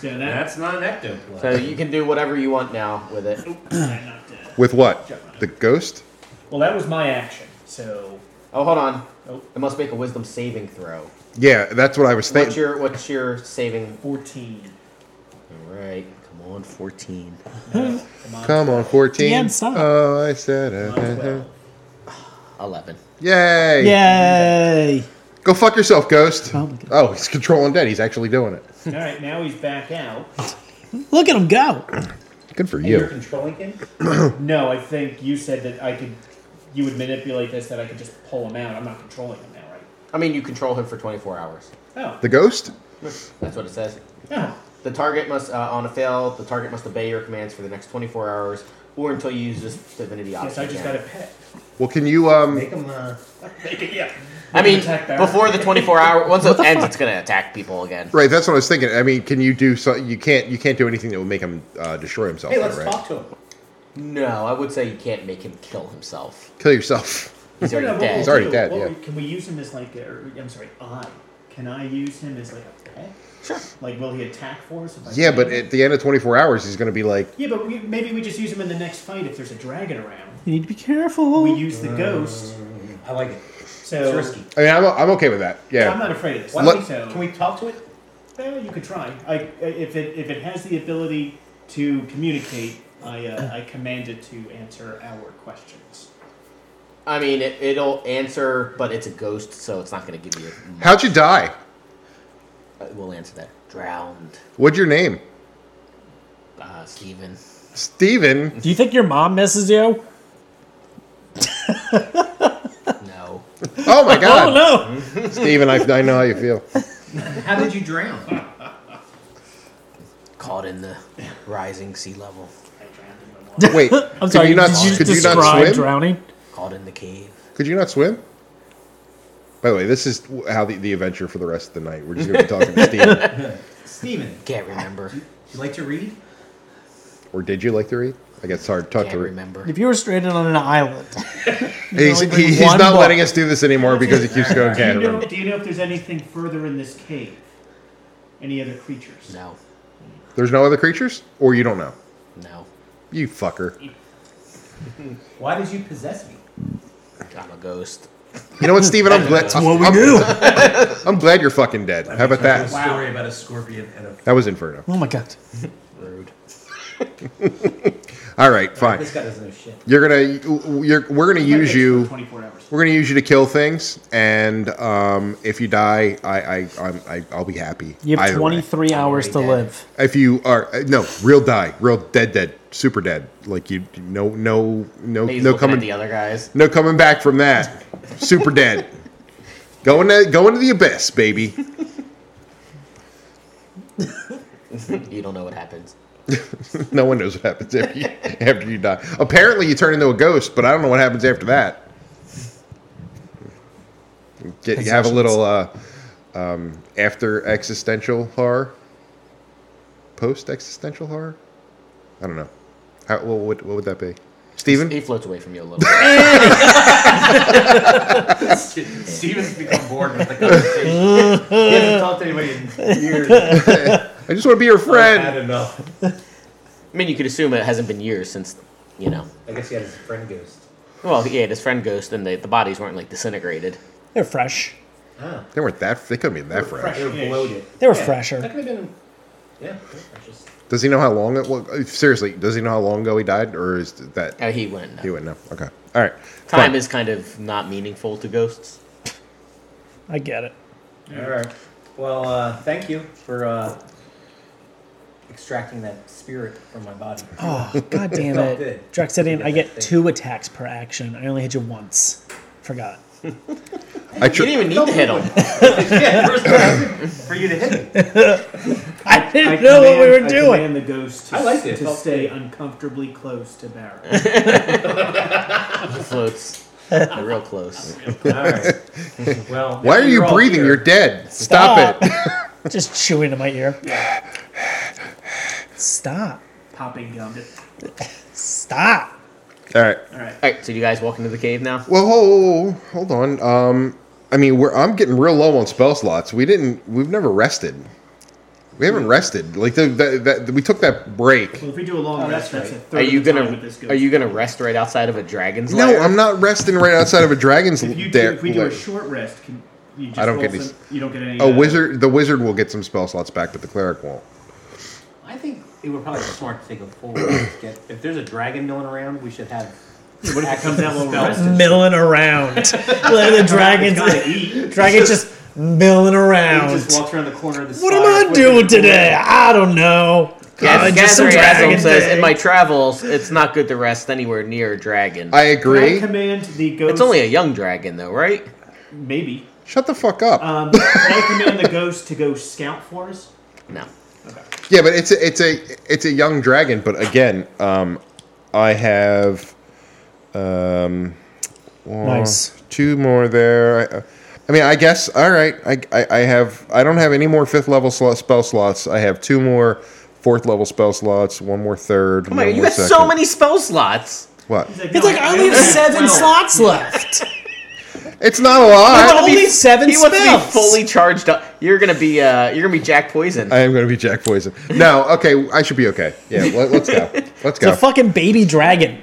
So that,
That's not an ecto.
So you can do whatever you want now with it.
I knocked it.
With what? The ghost?
Well, that was my action. So
Oh, hold on.
Oh.
It must make a Wisdom saving throw.
Yeah, that's what I was
What's
thinking.
your What's your saving?
14.
All right, come on, fourteen.
No, come on.
Come on, fourteen.
DM, stop.
Oh, I said. uh,
Come on,
uh, uh.
12.
Eleven.
Yay!
Yay!
Go fuck yourself, ghost.
Oh my God.
Oh, he's controlling dead. He's actually doing it.
All right, now he's back out.
Look at him go.
Good for
You're
you.
controlling
[COUGHS]
him?
No, I think you said that I could. You would manipulate this that I could just pull him out. I'm not controlling him now, right?
I mean, you control him for twenty-four hours.
Oh.
The ghost?
That's what it says.
oh.
The target must, uh, on a fail, the target must obey your commands for the next 24 hours or until you use this divinity option.
Yes, I just
again.
got a pet.
Well, can you um?
Make him, uh,
Make it, [LAUGHS] yeah.
I mean,
Attack Baron.
before the 24 hour, once it ends, it's going to attack people again.
Right, that's what I was thinking. I mean, can you do so? You can't. You can't do anything that would make him uh, destroy himself.
hey,
though,
let's
right?
talk to him.
No, I would say you can't make him kill himself.
Kill yourself. [LAUGHS]
He's already
No, no, what
dead.
we'll
He's already
do-
dead,
what
yeah.
we- Can we use him as like? A, or, I'm sorry, I. Can I use him as like a pet?
Sure.
Like, will he attack for us? If I
Yeah,
play
but
him?
at the end of 24 hours, he's going to be like,
Yeah, but we, maybe we just use him in the next fight if there's a dragon around.
You need to be careful.
We use the ghost,
I like it.
so
It's risky.
I mean, I'm, I'm okay with that.
I'm
Yeah.
not afraid of this.
Why
Let-
don't we,
so,
can we talk to it?
Well, you could try. I, if it if it has the ability to communicate, I uh, I command it to answer our questions.
I mean, it, it'll answer, but it's a ghost, so it's not going to give you.
How'd you die?
uh, We'll answer that. Drowned.
What's your name?
Uh, Steven.
Steven.
Do you think your mom misses you?
No.
Oh my
[LAUGHS] Oh
God.
no!
Steven, I, I know how you feel.
How did
[LAUGHS]
you drown?
Caught in the rising sea level.
I drowned in my water.
Wait.
[LAUGHS] I'm sorry.
Could you not,
did you
could you
describe
not swim?
drowning?
Caught in the cave.
Could you not swim? By the way, this is how the, the adventure for the rest of the night. We're just going to be talking
[LAUGHS]
to Steven.
Steven,
Can't [LAUGHS] remember.
you like to read?
Or did you like to read? I guess it's hard tough
Can't
to read.
remember.
If you were stranded on an island,
He's,
only bring
he, he's
one
not
book.
letting us do this anymore because he keeps going,
Do you,
can't
know,
remember.
do you know if there's anything further in this cave? Any other creatures?
No.
There's no other creatures? Or you don't know?
No.
You fucker.
Why did you possess me?
I'm a ghost.
You know what, Steven? I'm glad.
what we
I'm-
do.
I'm glad you're fucking dead. How about
A
that?
story about a scorpion and a.
That was Inferno.
Oh my god.
Rude.
All right, fine.
This guy doesn't know shit.
You're gonna, you're, we're gonna
Like
use
this for
you.
24 hours.
We're gonna use you to kill things, and um, if you die, I, I, I'm, I, I'll be happy.
You have
either way.
23 hours to
already dead.
live.
If you are uh, no real die, real dead, dead, super dead. Like you, no, no, no,
He's
no
looking at
coming,
the other guys. [LAUGHS]
no coming back from that. Super dead. Go into, go into the abyss, baby.
You don't know what happens.
No one knows what happens after you, after you die. Apparently, you turn into a ghost, but I don't know what happens after that. Get, you have a little uh, um, after existential horror, post existential horror. I don't know. How, what, would what would that be, Steven?
He floats away from you a little bit.
[LAUGHS]
Steven's become bored with the conversation.
He hasn't talked to anybody in years.
I just want to be your
Had
friend.
enough.
I mean, you could assume it hasn't been years since, you know.
I guess he had his friend ghost.
Well, yeah, this friend ghost and the, the bodies weren't like disintegrated.
They're fresh.
Ah,
They weren't that. They couldn't be that fresh.
fresh.
They're bloated.
They were
Yeah, That
fresher.
could have been. Yeah, they're precious.
Does he know how long it was? Seriously, does he know how long ago he died, or is that
Uh, he went.
he wouldn't know? Okay, all right.
Time
Fine.
is kind of not meaningful to ghosts.
I get it.
All right.
Well, uh, thank you for uh, extracting that spirit from my body. [LAUGHS]
Oh, god damn
Felt good.
it. Draxidian, I
that
get
thing.
two attacks per action. I only hit you once. Forgot.
I
You didn't
tr-
even need to hit
[LAUGHS]
him.
yeah, there's no reason for you to hit me.
I didn't
I
know what we
command-
were
I
doing.
command the ghost to,
I liked it.
to
Felt
stay
good.
uncomfortably close to
[LAUGHS]
Barrow.
He floats. They're real close.
All right. Well,
Why are you
you're all
breathing?
here.
You're dead. Stop, it.
Just chewing into my ear. Stop.
Popping gum.
Stop.
all right.
All right.
All right, so you guys walk into the cave now.
Well, hold, hold on. Um, I mean, we're I'm getting real low on spell slots. We didn't. We've never rested. We
Hmm.
haven't rested. Like the, the, the we took that break.
Well, if we do a
Oh,
long rest, that's, a third
Are you
of the time
gonna
with this ghost.
Are you gonna rest right outside of a dragon's
No,
lair?
I'm not resting right outside of a dragon's
If, you do,
lair.
if we do a short rest, can you just
I don't
roll
get
some- You don't get any.
A
uh,
wizard. The wizard will get some spell slots back, but the cleric won't.
I think it would probably be smart to take a full rest. Get, if there's a dragon milling around, we should have.
What if it comes out while we're resting?
Milling around. like the dragons.
[LAUGHS]
Gotta
[LAUGHS]
eat.
Dragons just milling
He
around.
just walks around the corner of the
What
spire,
am I
flipping
doing
the
today? I don't know.
Yes,
Uh, just some
Gathering
dragon
Asm says,
thing.
in my travels, it's not good to rest anywhere near a dragon.
I
Can I
agree.
command the ghost.
it's only a young dragon, though, right? [LAUGHS]
maybe.
Shut the fuck up.
Um, can I command the ghost to go scout for us?
No.
Yeah, but it's a, it's a it's a young dragon. But again, um, I have um, one,
Nice.
two more there. I, uh, I mean, I guess all right. I, I I have I don't have any more fifth level slot, spell slots. I have two more fourth level spell slots. One more third.
Oh
one
my god,
more
you have so
second.
many spell slots.
What?
[LAUGHS]
[LAUGHS]
It's like, I only have seven slots left.
It's not a lot.
It's only
Be-
seven
He wants to be
spells.
fully charged up. You're gonna be uh, you're gonna be Jack Poison.
I am going to be Jack Poison. No, okay, I should be okay. Yeah, let, us
[LAUGHS]
go. Let's
It's
go.
a fucking baby dragon.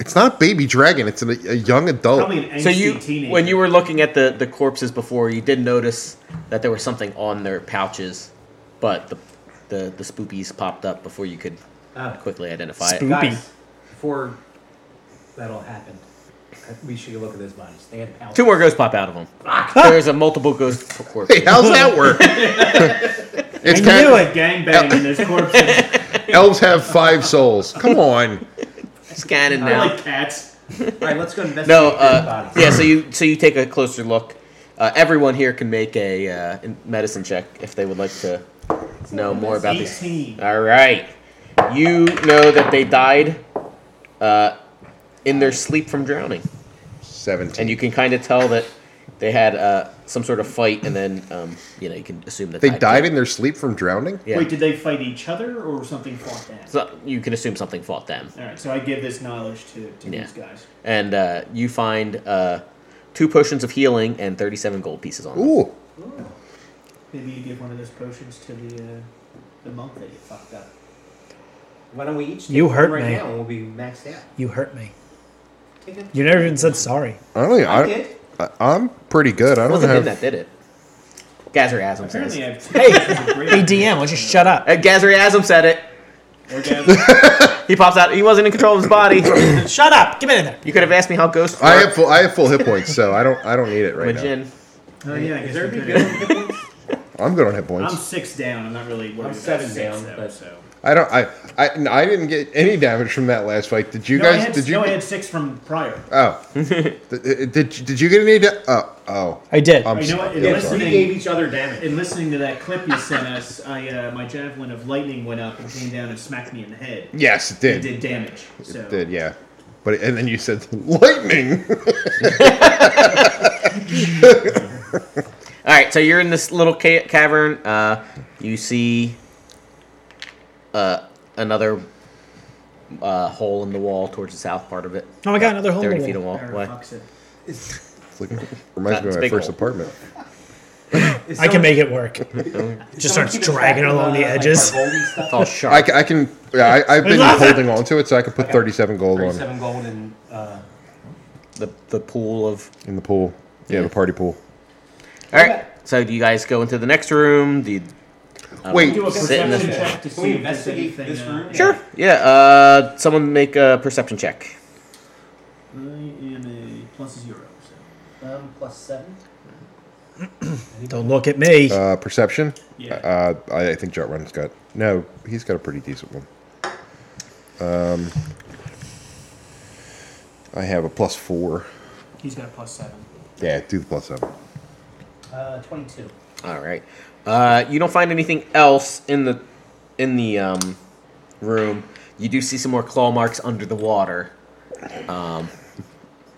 it's not a baby dragon. It's an, a young adult.
Probably an
so you
teenager.
when you were looking at the the corpses before, you did notice that there was something on their pouches, but the the the spoopies popped up before you could
Ah.
quickly identify it.
Spoop-
Guys, before that all happened, we should look at those bodies. They had pounds.
Two more ghosts pop out of them. There's a multiple ghost
[LAUGHS]
corpse.
Hey, how's that work? it's
I
kind
knew
of,
it.
gangbang in this
[LAUGHS]
corpse.
elves have five souls. Come on.
Scanning
I
now.
like cats.
All right, let's go investigate
No,
those
uh,
bodies.
yeah. So you so you take a closer look. Uh, everyone here can make a uh, in- medicine check if they would like to know more about these.
18.
All right, you know that they died uh, in their sleep from drowning,
17.
and you can kind of tell that they had uh, some sort of fight, and then um, you know you can assume that
they died in their sleep from drowning?
Yeah,
Wait, did they fight each other or something fought them?
So you can assume something fought them.
All right, so I give this knowledge to, to
Yeah.
these guys.
and uh, you find uh, two potions of healing and 37 gold pieces on them.
Ooh.
Maybe you give one of those potions to the uh, the monk that you fucked up.
Why don't we each take
You
one
hurt
right
me.
now and we'll be maxed out.
You hurt me.
Take it.
You never even said sorry.
I don't know.
I
I,
did.
I, I'm pretty good. I
It
don't
wasn't him
have.
that did it. Gazriasm says.
Apparently, I
Uh,
have two [LAUGHS] potions of great-
Hey, DM, why don't you shut up?
Gazriasm said it.
orgasm.
He pops out. He wasn't in control of his body. [COUGHS] you
Shut up. Get in there.
could have asked me how ghosts
I
work.
have full. I have full hit points, so I don't. I don't need it
I'm a
right now.
djinn.
Oh yeah, I guess
there
we
any
could have-
I'm good on hit
I'm
points.
six down. I'm not really worried.
I'm
about
seven
six,
down,
though,
but-
so.
I don't. I. I. no, I didn't get any damage from that last fight. Did you
no,
guys?
I had,
did you?
no, I had six from prior.
oh. did, did Did you get any? Da- oh. Oh.
I did.
I'm
You know
sorry.
what?
I'm
Yeah,
sorry.
listen-
We gave each other damage.
In listening to that clip you sent us, I uh, my javelin of lightning went up and came down and smacked me in the head.
Yes, it did.
It did damage. So
It did. Yeah. But and then you said lightning. [LAUGHS]
All right, so you're in this little ca- cavern. Uh, you see uh, another uh, hole in the wall towards the south part of it.
Oh my God, another hole in the
30 feet of
wall.
wall.
Barrow
What?
fucks it.
It's like, reminds me of
It's
my
big
first
old.
apartment.
Is
I can
someone-
make it work. Just
someone
starts
keep
dragging
track of,
along
uh,
the
like, our
edges.
gold and
It's
stuff?
all sharp.
I, ca- I can. Yeah, I, I've been
love it.
holding on to it, so I can put 37 gold on
37 gold and uh,
the, the pool of
in the pool. Yeah, the party pool.
All right. So do you guys go into the next room? Do you, uh,
Wait.
Do a
sit in
perception
this-
check to see
we
if
investigate
there's anything,
this
uh,
room?
Sure. Yeah. Uh, someone make a perception check.
I am a plus zero. So.
Um, plus seven.
Don't look at me.
Uh, perception.
Yeah.
Uh, I, I think Jot Run's got no. He's got a pretty decent one. Um, I have a plus four.
He's got a plus seven.
Yeah, do the plus seven.
Uh, twenty-two.
All right. Uh, you don't find anything else in the in the um, room. You do see some more claw marks under the water. Um,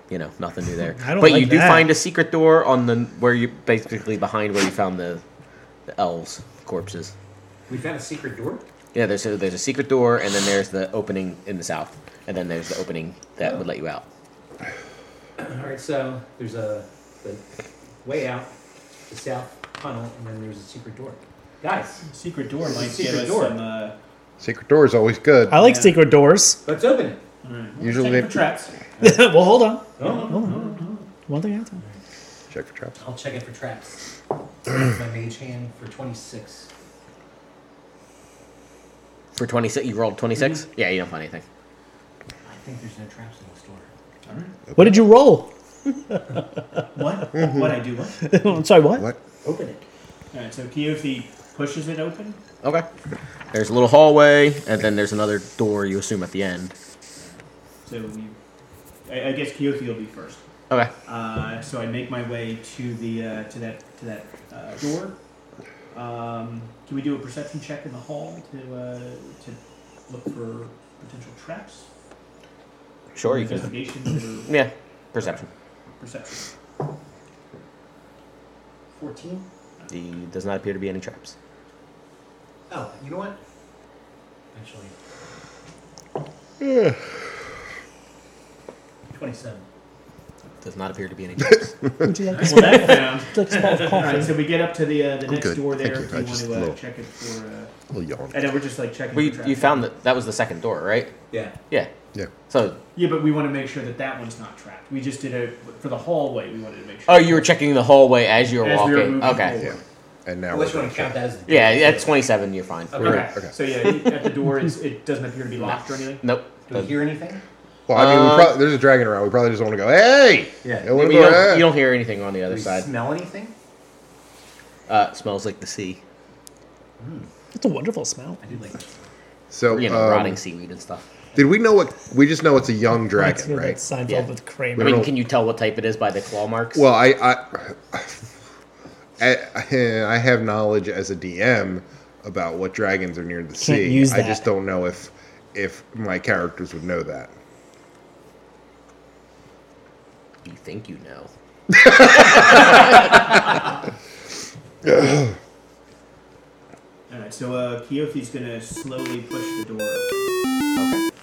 you know, nothing new there.
[LAUGHS] I don't
but
like
you do
that.
find a secret door on the where you basically behind where you found the, the elves corpses.
We found a secret door.
Yeah, there's a, there's a secret door, and then there's the opening in the south, and then there's the opening that would let you out.
All right, so there's a the way out, the south tunnel, and then there's a secret door. Guys,
Secret door might
Secret
give us
door.
some. Uh,
Secret door is always good.
I like
yeah.
secret doors.
let's open it.
Usually
check
they-
for traps.
[LAUGHS] well, hold on.
No,
Hold on. One thing at a time.
Check for traps.
I'll check it for [CLEARS THROAT] traps. My mage hand for twenty-six.
For 26, you rolled 26?
Mm-hmm.
Yeah, you don't find anything.
I think there's no traps in this door.
What did you roll? [LAUGHS]
What? What I do? What?
I'm sorry, what?
What?
Open it.
All right. So Keothi pushes it open.
Okay. There's a little hallway, and then there's another door, you assume, at the end.
So we, I, I guess Keothi will be first.
Okay.
Uh, so I make my way to the uh, to that to that uh, door. Um, can we do a perception check in the hall to uh, to look for potential traps?
Sure, you can.
Investigation or
Yeah, perception.
perception.
Fourteen.
The, does not appear to be any traps.
Oh, you know what? Actually,
Eh,
twenty-seven.
Does not appear to be [LAUGHS] any traps.
Would you like
Well, that found.
to like a spot [LAUGHS] of
All right,
coffee?
so we get up to the uh, the
I'm
next
good.
door
Thank
there.
you.
If you
I
want
just
to uh,
little-
check it for, uh,
little yawn.
I know we're just like checking.
well, you,
for traps.
you found that that was the second door, right?
Yeah.
Yeah.
Yeah.
So,
Yeah, but we want to make sure that that one's not trapped. We just did a for the hallway. We wanted to make sure.
oh, you were checking the hallway as you were
As we
walking.
were moving
okay.
forward.
Yeah. And now
Unless you
we're
want to count that as. the
Yeah,
door.
at 27, you're fine.
Okay.
Okay.
Okay.
So yeah, you- at the door, it's, it doesn't appear to be locked or anything.
Nope.
Do we hear anything?
Well, I mean, we
Uh,
probably, there's a dragon around. We probably just want to go. Hey.
Yeah.
I wanna go,
Maybe you,
"Hey!"
don't, you don't hear anything on the
Do
other
we
side.
smell anything?
Uh, smells like the sea.
It's a wonderful smell.
I do like. That.
so
You know,
um,
rotting seaweed and stuff.
Did we know what? We just know it's a young
It's
dragon,
like
right?
Seinfeld
Yeah.
with
I
Kramer.
mean,
don't-
can you tell what type it is by the claw marks?
Well, I I, I I have knowledge as a DM about what dragons are near the sea.
use
I
that.
just don't know if if my characters would know that.
you think you know.
All right. So uh, Keothi's gonna slowly push the door.
Okay.